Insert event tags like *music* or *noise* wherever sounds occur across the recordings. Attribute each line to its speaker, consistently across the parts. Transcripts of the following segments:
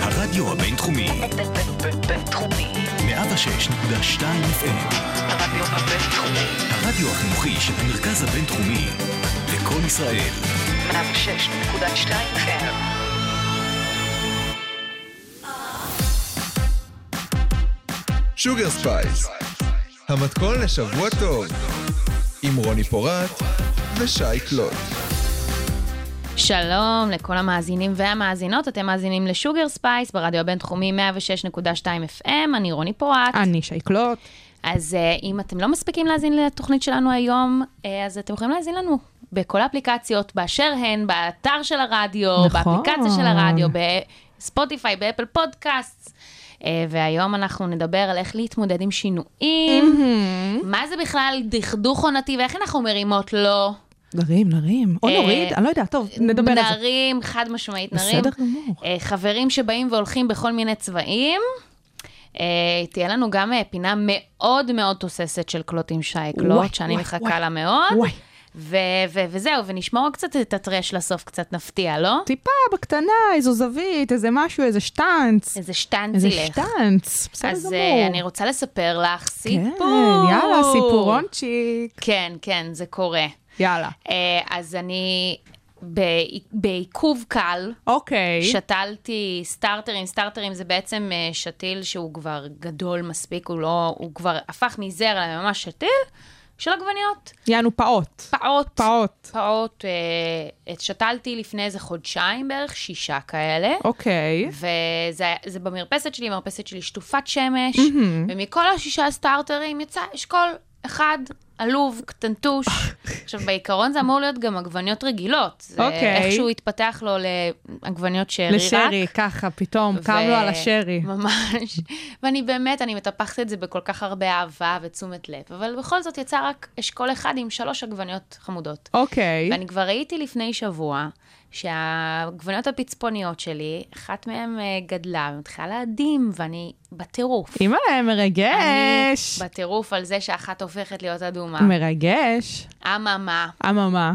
Speaker 1: הרדיו הבינתחומי,
Speaker 2: בינתחומי.
Speaker 1: 106.2 FM,
Speaker 2: הרדיו הבינתחומי.
Speaker 1: הרדיו החינוכי של המרכז הבינתחומי, לקום ישראל,
Speaker 2: 106.2 FM.
Speaker 3: שוגר ספייס, המתכון לשבוע טוב, עם רוני פורט ושי קלוט.
Speaker 4: שלום לכל המאזינים והמאזינות, אתם מאזינים לשוגר ספייס ברדיו הבינתחומי 106.2 FM, אני רוני פורט.
Speaker 5: אני שייקלוט.
Speaker 4: אז אה, אם אתם לא מספיקים להאזין לתוכנית שלנו היום, אה, אז אתם יכולים להאזין לנו בכל האפליקציות, באשר הן, באתר של הרדיו,
Speaker 5: נכון.
Speaker 4: באפליקציה של הרדיו, בספוטיפיי, באפל פודקאסט. אה, והיום אנחנו נדבר על איך להתמודד עם שינויים, מה זה בכלל דכדוך עונתי ואיך אנחנו מרימות לו.
Speaker 5: נרים, נרים. או
Speaker 4: אה,
Speaker 5: נוריד, אני לא יודעת, טוב, נדבר על זה.
Speaker 4: נרים, חד משמעית נרים.
Speaker 5: בסדר גמור.
Speaker 4: אה, חברים שבאים והולכים בכל מיני צבעים. אה, תהיה לנו גם אה, פינה מאוד מאוד תוססת של קלוט עם שי
Speaker 5: וואי,
Speaker 4: קלוט, שאני
Speaker 5: וואי,
Speaker 4: מחכה
Speaker 5: וואי.
Speaker 4: לה מאוד.
Speaker 5: וואי,
Speaker 4: ו- ו- וזהו, ונשמור קצת את הטרש לסוף, קצת נפתיע, לא?
Speaker 5: טיפה בקטנה, איזו זווית, איזה משהו, איזה שטנץ.
Speaker 4: איזה
Speaker 5: איזה
Speaker 4: שטנצי לך.
Speaker 5: שטנץ, בסדר גמור.
Speaker 4: אז אה, אני רוצה לספר לך סיפור.
Speaker 5: כן, יאללה, סיפורונצ'יק.
Speaker 4: כן, כן, זה קורה.
Speaker 5: יאללה.
Speaker 4: אה, אז אני בעי- בעיכוב קל,
Speaker 5: אוקיי.
Speaker 4: שתלתי סטארטרים, סטארטרים זה בעצם אה, שתיל שהוא כבר גדול מספיק, הוא לא, הוא כבר הפך מזרע לממש שתיל של עגבניות,
Speaker 5: יענו פעוט.
Speaker 4: פעוט.
Speaker 5: פעוט.
Speaker 4: פעוט, אה, את- שתלתי לפני איזה חודשיים בערך, שישה כאלה.
Speaker 5: אוקיי.
Speaker 4: וזה זה במרפסת שלי, המרפסת שלי שטופת שמש, mm-hmm. ומכל השישה סטארטרים יצא אשכול אחד עלוב,
Speaker 5: *laughs*
Speaker 4: קטנטוש. עכשיו, בעיקרון זה אמור להיות גם עגבניות רגילות. זה
Speaker 5: אוקיי.
Speaker 4: איכשהו התפתח לו לעגבניות שרי רק.
Speaker 5: לשרי, ככה, פתאום,
Speaker 4: ו-
Speaker 5: קם לו על השרי.
Speaker 4: ממש. *laughs* ואני באמת, אני מטפחת את זה בכל כך הרבה אהבה ותשומת לב, אבל בכל זאת יצא רק אשכול אחד עם שלוש עגבניות חמודות.
Speaker 5: אוקיי.
Speaker 4: ואני כבר ראיתי לפני שבוע שהעגבניות הפצפוניות שלי, אחת מהן אה, גדלה ומתחילה להדים, ואני בטירוף.
Speaker 5: אימא'לה,
Speaker 4: אני
Speaker 5: מרגש.
Speaker 4: בטירוף על זה שאחת הופכת להיות אדומה.
Speaker 5: מרגש.
Speaker 4: אממה,
Speaker 5: אממה.
Speaker 4: אה.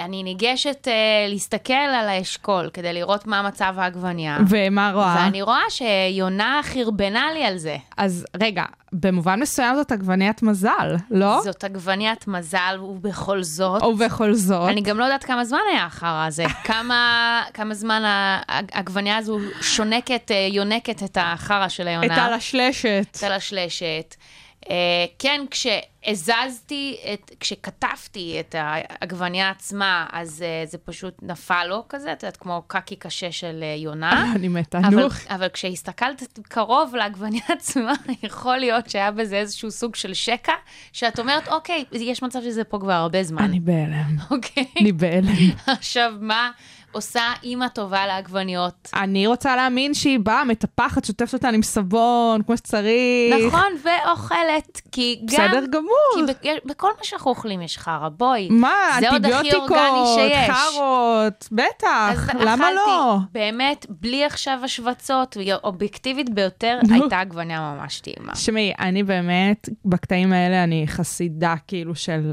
Speaker 4: אני ניגשת אה, להסתכל על האשכול כדי לראות מה מצב העגבנייה.
Speaker 5: ומה רואה?
Speaker 4: ואני רואה שיונה חרבנה לי על זה.
Speaker 5: אז רגע, במובן מסוים זאת עגבניית מזל, לא?
Speaker 4: זאת עגבניית מזל, ובכל זאת...
Speaker 5: ובכל זאת,
Speaker 4: אני גם לא יודעת כמה זמן היה אחר הזה. כמה, כמה זמן העג- העגבנייה הזו שונקת, אה, יונקת את החרא של
Speaker 5: את
Speaker 4: היונה.
Speaker 5: הלשלשת.
Speaker 4: את הלשלשת. אה, כן, כשהזזתי, את, כשקטפתי את העגבנייה עצמה, אז אה, זה פשוט נפל לו כזה, את יודעת, כמו קקי קשה של אה, יונה.
Speaker 5: *laughs* אני מתה,
Speaker 4: אבל,
Speaker 5: נו.
Speaker 4: אבל כשהסתכלת קרוב לעגבניה *laughs* עצמה, יכול להיות שהיה בזה איזשהו סוג של שקע, שאת אומרת, אוקיי, יש מצב שזה פה כבר הרבה זמן,
Speaker 5: אני בהלם,
Speaker 4: *laughs* אוקיי?
Speaker 5: אני בהלם.
Speaker 4: עכשיו, מה עושה אימא טובה לעגבניות?
Speaker 5: אני רוצה להאמין שהיא באה, מטפחת, שוטפת אותן עם סבון, כמו שצריך.
Speaker 4: נכון, ואוכלת, כי גם...
Speaker 5: בסדר
Speaker 4: כי
Speaker 5: גמור.
Speaker 4: בכ- בכל מה שאנחנו אוכלים יש חרא, בואי.
Speaker 5: מה,
Speaker 4: זה עוד הכי אורגני
Speaker 5: אנטיביוטיקות,
Speaker 4: שיש.
Speaker 5: חארות, בטח,
Speaker 4: אז
Speaker 5: למה
Speaker 4: אכלתי,
Speaker 5: לא?
Speaker 4: באמת, בלי עכשיו השווצות, היא האובייקטיבית ביותר,
Speaker 5: נו.
Speaker 4: הייתה עגבניה ממש טעימה.
Speaker 5: תשמעי, אני באמת, בקטעים האלה אני חסידה כאילו של,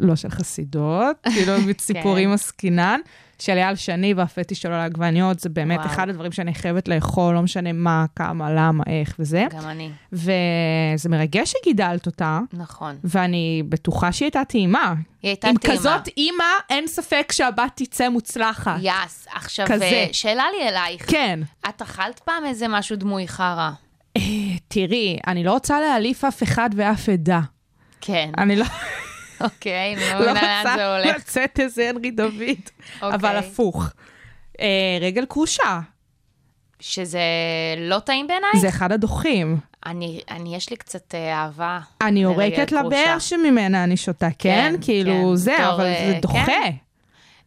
Speaker 5: לא של
Speaker 4: *laughs*
Speaker 5: חסידות, כאילו בציפורים
Speaker 4: כן.
Speaker 5: עסקינן, של אייל שני והפטיש שלו לעגבניות, זה באמת
Speaker 4: וואו.
Speaker 5: אחד הדברים שאני חייבת לאכול, לא משנה מה, כמה, למה, איך וזה.
Speaker 4: גם אני,
Speaker 5: וזה מרגש שגידלת אותה,
Speaker 4: נכון.
Speaker 5: ואני בטוחה שהיא הייתה טעימה.
Speaker 4: היא הייתה
Speaker 5: עם
Speaker 4: טעימה.
Speaker 5: כזאת אימא, אין ספק שהבת תצא מוצלחת.
Speaker 4: יס, עכשיו,
Speaker 5: כזה.
Speaker 4: אה, שאלה לי אלייך.
Speaker 5: כן.
Speaker 4: את אכלת פעם איזה משהו דמוי חרא?
Speaker 5: אה, תראי, אני לא רוצה להעליף אף אחד ואף עדה.
Speaker 4: כן.
Speaker 5: אני לא...
Speaker 4: אוקיי, אני לא
Speaker 5: לא
Speaker 4: מבינה לאן זה
Speaker 5: רוצה
Speaker 4: הולך.
Speaker 5: לצאת איזה הנרי דוד,
Speaker 4: אוקיי.
Speaker 5: אבל הפוך. אה, רגל כרושה,
Speaker 4: שזה לא טעים בעיניי?
Speaker 5: זה אחד הדוחים.
Speaker 4: אני, אני, יש לי קצת אה, אהבה.
Speaker 5: אני
Speaker 4: לרגל
Speaker 5: יורקת
Speaker 4: כרושה.
Speaker 5: לבאר שממנה אני שותה, כן?
Speaker 4: כן, כן.
Speaker 5: כאילו זה,
Speaker 4: בתור,
Speaker 5: אבל
Speaker 4: אה,
Speaker 5: זה דוחה.
Speaker 4: כן.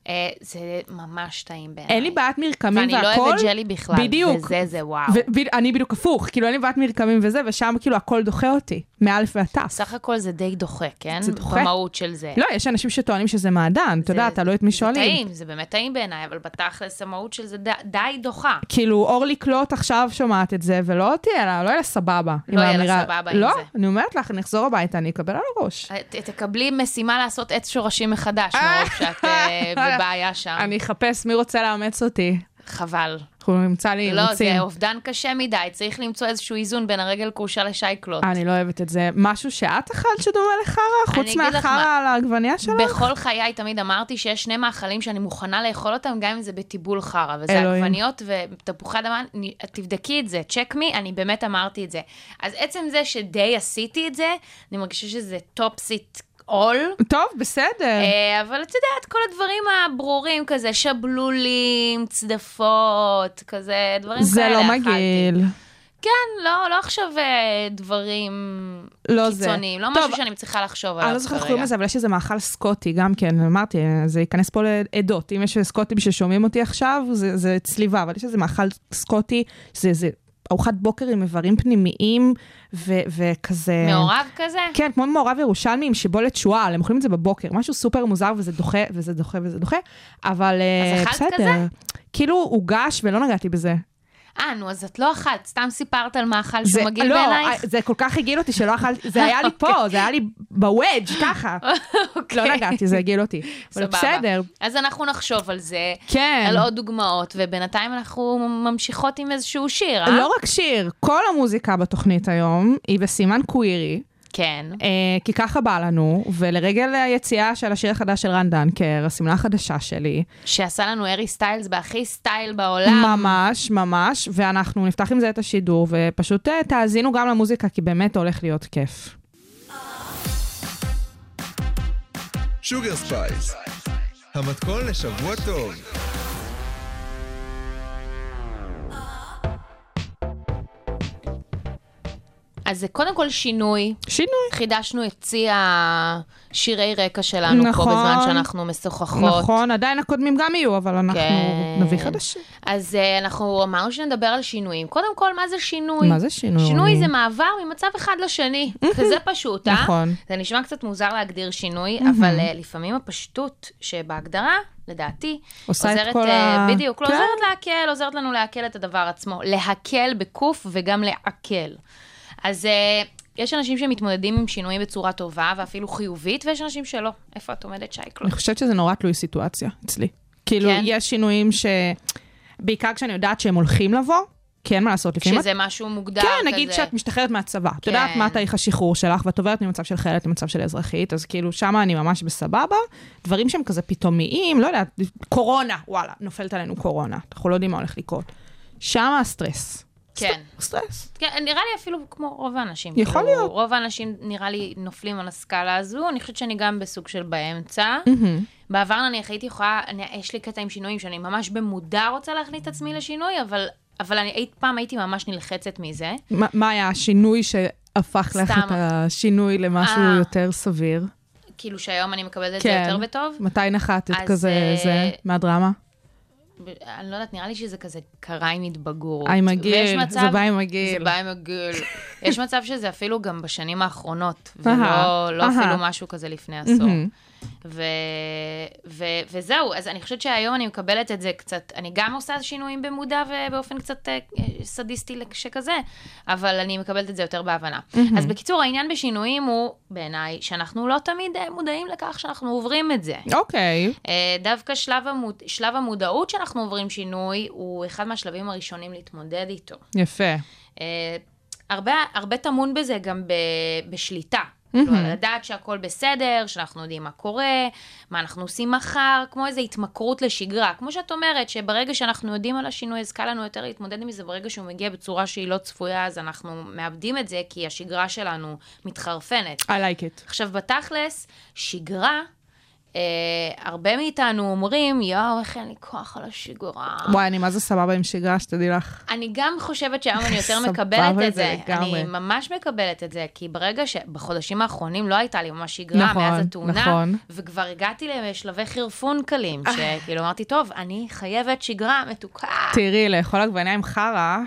Speaker 4: אה, זה ממש טעים בעיניי.
Speaker 5: אין לי בעיית מרקמים
Speaker 4: אה. ואני לא
Speaker 5: והכל.
Speaker 4: אוהבת ג'לי בכלל.
Speaker 5: בדיוק.
Speaker 4: וזה זה וואו.
Speaker 5: ו- ב- אני בדיוק הפוך, כאילו אין לי בעיית מרקמים וזה, ושם כאילו הכל דוחה אותי, מאלף ועד תף.
Speaker 4: סך הכל זה די דוחה, כן?
Speaker 5: זה דוחה.
Speaker 4: במהות של זה.
Speaker 5: לא, יש אנשים שטוענים שזה מעדן, אתה יודע,
Speaker 4: אה. זה-
Speaker 5: תלוי את מי
Speaker 4: זה
Speaker 5: שואלים.
Speaker 4: טעים, זה באמת טעים בעיניי, אבל בתכלס המהות של זה ד- די דוחה.
Speaker 5: כאילו, אורלי קלוט עכשיו שומעת את זה, ולא תהיה לה, לא יהיה לה סבבה. עם
Speaker 4: לא יהיה לה
Speaker 5: האמירה-
Speaker 4: סבבה עם
Speaker 5: לא,
Speaker 4: זה.
Speaker 5: אני אומרת לך, אני אחזור הביתה, אני אקבל על הראש.
Speaker 4: את- תקבלי משימה לעשות עץ שורשים
Speaker 5: *laughs*
Speaker 4: מחדש, מרוב שאת אה, בבעיה שם.
Speaker 5: אני אחפש מי רוצה לאמץ אותי.
Speaker 4: חבל.
Speaker 5: אנחנו נמצא לי
Speaker 4: לא,
Speaker 5: אימוצים.
Speaker 4: זה אובדן קשה מדי, צריך למצוא איזשהו איזון בין הרגל כרושה לשייקלוט.
Speaker 5: אני לא אוהבת את זה. משהו שאת אכלת שדומה לחרא, חוץ
Speaker 4: אגיד לך
Speaker 5: מהחרא
Speaker 4: מה-
Speaker 5: על העגבניה שלך?
Speaker 4: בכל חיי תמיד אמרתי שיש שני מאכלים שאני מוכנה לאכול אותם, גם אם זה בטיבול חרא, וזה
Speaker 5: אלוהים.
Speaker 4: עגבניות ותפוחי אדמה, אני- תבדקי את זה, צ'ק מי, אני באמת אמרתי את זה. אז עצם זה שדי עשיתי את זה, אני מרגישה שזה טופסיט עול.
Speaker 5: טוב, בסדר.
Speaker 4: אה, אבל את יודעת, כל הדברים הברורים כזה, שבלולים, צדפות, כזה, דברים
Speaker 5: זה
Speaker 4: כאלה
Speaker 5: לא
Speaker 4: אכלתי.
Speaker 5: מגעיל.
Speaker 4: כן, לא, לא עכשיו אה, דברים
Speaker 5: לא זה.
Speaker 4: קיצוניים, לא
Speaker 5: טוב,
Speaker 4: משהו שאני צריכה לחשוב עליו
Speaker 5: אני
Speaker 4: כרגע.
Speaker 5: לא זוכרת איך קוראים לזה, אבל יש איזה מאכל סקוטי גם כן, אמרתי, זה ייכנס פה לעדות. אם יש סקוטים ששומעים אותי עכשיו, זה, זה צליבה, אבל יש איזה מאכל סקוטי, זה, זה ארוחת בוקר עם איברים פנימיים, ו, וכזה...
Speaker 4: מעורב כזה?
Speaker 5: כן, כמו מעורב ירושלמי עם שיבולת שועל, הם אוכלים את זה בבוקר, משהו סופר מוזר וזה דוחה, וזה דוחה וזה דוחה, אבל אה,
Speaker 4: אכלת
Speaker 5: בסדר.
Speaker 4: כזה?
Speaker 5: כאילו הוגש ולא נגעתי בזה.
Speaker 4: אה, נו, אז את לא אחת, סתם סיפרת על מאכל
Speaker 5: זה-
Speaker 4: שהוא מגעיל
Speaker 5: לא,
Speaker 4: בעינייך?
Speaker 5: אה, זה כל כך הגעיל אותי שלא אכלתי, זה
Speaker 4: *laughs*
Speaker 5: היה לי פה, זה היה לי בוודג' ככה.
Speaker 4: אוקיי.
Speaker 5: לא נגעתי, זה הגעיל אותי. אבל
Speaker 4: סבבה.
Speaker 5: בסדר.
Speaker 4: אז אנחנו נחשוב על זה,
Speaker 5: כן.
Speaker 4: על עוד דוגמאות, ובינתיים אנחנו ממשיכות עם איזשהו שיר, אה?
Speaker 5: לא רק שיר, כל המוזיקה בתוכנית היום היא בסימן קווירי,
Speaker 4: כן.
Speaker 5: אה, כי ככה בא לנו, ולרגל היציאה של השיר החדש של רן דנקר, השמלה החדשה שלי,
Speaker 4: שעשה לנו ארי סטיילס בהכי סטייל בעולם.
Speaker 5: ממש, ממש, ואנחנו נפתח עם זה את השידור, ופשוט אה, תאזינו גם למוזיקה, כי באמת הולך להיות כיף.
Speaker 3: שוגר ספייס, המתכון לשבוע טוב.
Speaker 4: אז זה קודם כל שינוי.
Speaker 5: שינוי.
Speaker 4: חידשנו את צי השירי רקע שלנו פה
Speaker 5: נכון.
Speaker 4: בזמן שאנחנו משוחחות.
Speaker 5: נכון, עדיין הקודמים גם יהיו, אבל אנחנו
Speaker 4: כן.
Speaker 5: נביא חדשים.
Speaker 4: אז אה, אנחנו אמרנו שנדבר על שינויים. קודם כל, מה זה שינוי?
Speaker 5: מה זה שינוי?
Speaker 4: שינוי זה מעבר ממצב אחד לשני. כזה פשוט, אה?
Speaker 5: נכון.
Speaker 4: זה נשמע קצת מוזר להגדיר שינוי, אבל אה, לפעמים הפשטות שבהגדרה, לדעתי,
Speaker 5: עושה את
Speaker 4: עוזרת,
Speaker 5: כל
Speaker 4: אה,
Speaker 5: ה-
Speaker 4: בדיוק, לא
Speaker 5: כן.
Speaker 4: עוזרת להקל, עוזרת לנו לעכל את הדבר עצמו. להקל בקוף וגם לעכל. אז אה, יש אנשים שמתמודדים עם שינויים בצורה טובה ואפילו חיובית, ויש אנשים שלא. איפה את עומדת, שייקלו?
Speaker 5: אני חושבת שזה נורא תלוי סיטואציה אצלי. כאילו,
Speaker 4: כן?
Speaker 5: יש שינויים ש... בעיקר כשאני יודעת שהם הולכים לבוא, כי אין מה לעשות, לפעמים...
Speaker 4: שזה משהו מוגדר
Speaker 5: כן,
Speaker 4: כזה.
Speaker 5: נגיד שאת משתחררת מהצבא. את יודעת
Speaker 4: כן.
Speaker 5: מה תאריך השחרור שלך, ואת עוברת ממצב של חיילת למצב של אזרחית, אז כאילו, שמה אני ממש בסבבה. דברים שהם כזה פתאומיים, לא יודעת, קורונה, וואלה, נופלת עלינו קורונה. אנחנו לא יודעים מה הולך לקרות. שמה הסטרס.
Speaker 4: כן.
Speaker 5: סט- סטרס.
Speaker 4: כן, נראה לי אפילו כמו רוב האנשים.
Speaker 5: יכול
Speaker 4: כאילו,
Speaker 5: להיות.
Speaker 4: רוב האנשים נראה לי נופלים על הסקאלה הזו, אני חושבת שאני גם בסוג של באמצע. בעבר נניח הייתי יכולה, אני- יש לי קטע עם שינויים שאני ממש במודע רוצה להכניס את עצמי לשינוי, אבל... אבל אני אי פעם הייתי ממש נלחצת מזה.
Speaker 5: מה- מה היה השינוי שהפך לך
Speaker 4: סתם.
Speaker 5: את השינוי למשהו
Speaker 4: אה.
Speaker 5: יותר סביר?
Speaker 4: כאילו שהיום אני מקבלת את
Speaker 5: כן.
Speaker 4: זה יותר בטוב.
Speaker 5: מתי נחתת
Speaker 4: אז,
Speaker 5: כזה,
Speaker 4: אה,
Speaker 5: זה, מהדרמה?
Speaker 4: אני לא יודעת, נראה לי שזה כזה קרה עם התבגרות.
Speaker 5: אה, עם הגיל,
Speaker 4: ויש
Speaker 5: זה בא עם הגיל.
Speaker 4: זה בא עם
Speaker 5: *laughs*
Speaker 4: הגיל. יש מצב שזה אפילו גם בשנים האחרונות,
Speaker 5: אהה,
Speaker 4: ולא לא
Speaker 5: אהה.
Speaker 4: אפילו משהו כזה לפני עשור. ו- ו- וזהו, אז אני חושבת שהיום אני מקבלת את זה קצת, אני גם עושה שינויים במודע ובאופן קצת אה, סדיסטי שכזה, אבל אני מקבלת את זה יותר בהבנה. אז בקיצור, העניין בשינויים הוא, בעיניי, שאנחנו לא תמיד אה, מודעים לכך שאנחנו עוברים את זה.
Speaker 5: אוקיי.
Speaker 4: אה, דווקא שלב, המוד... שלב המודעות שאנחנו עוברים שינוי, הוא אחד מהשלבים הראשונים להתמודד איתו.
Speaker 5: יפה.
Speaker 4: אה, הרבה, הרבה טמון בזה גם ב... בשליטה. כאילו, לדעת שהכל בסדר, שאנחנו יודעים מה קורה, מה אנחנו עושים מחר, כמו איזו התמכרות לשגרה. כמו שאת אומרת, שברגע שאנחנו יודעים על השינוי, אז קל לנו יותר להתמודד עם זה, ברגע שהוא מגיע בצורה שהיא לא צפויה, אז אנחנו מאבדים את זה, כי השגרה שלנו מתחרפנת.
Speaker 5: I like it.
Speaker 4: עכשיו, בתכלס, שגרה, אה, הרבה מאיתנו אומרים, יואו, איך אין לי כוח על השגרה.
Speaker 5: וואי, אני מה זה סבבה עם שגרה, שתדעי לך.
Speaker 4: אני גם חושבת שהיום אני יותר
Speaker 5: *laughs* סבבה
Speaker 4: מקבלת את
Speaker 5: זה
Speaker 4: זה.
Speaker 5: לגמרי.
Speaker 4: אני ממש מקבלת את זה, כי ברגע שבחודשים האחרונים לא הייתה לי ממש שגרה
Speaker 5: נכון,
Speaker 4: מאז התאונה,
Speaker 5: נכון. אה.
Speaker 4: וכבר הגעתי לשלבי חירפון קלים, שכאילו אמרתי, טוב, אני חייבת שגרה מתוקה.
Speaker 5: תראי, לאכול עגבניה עם חרא,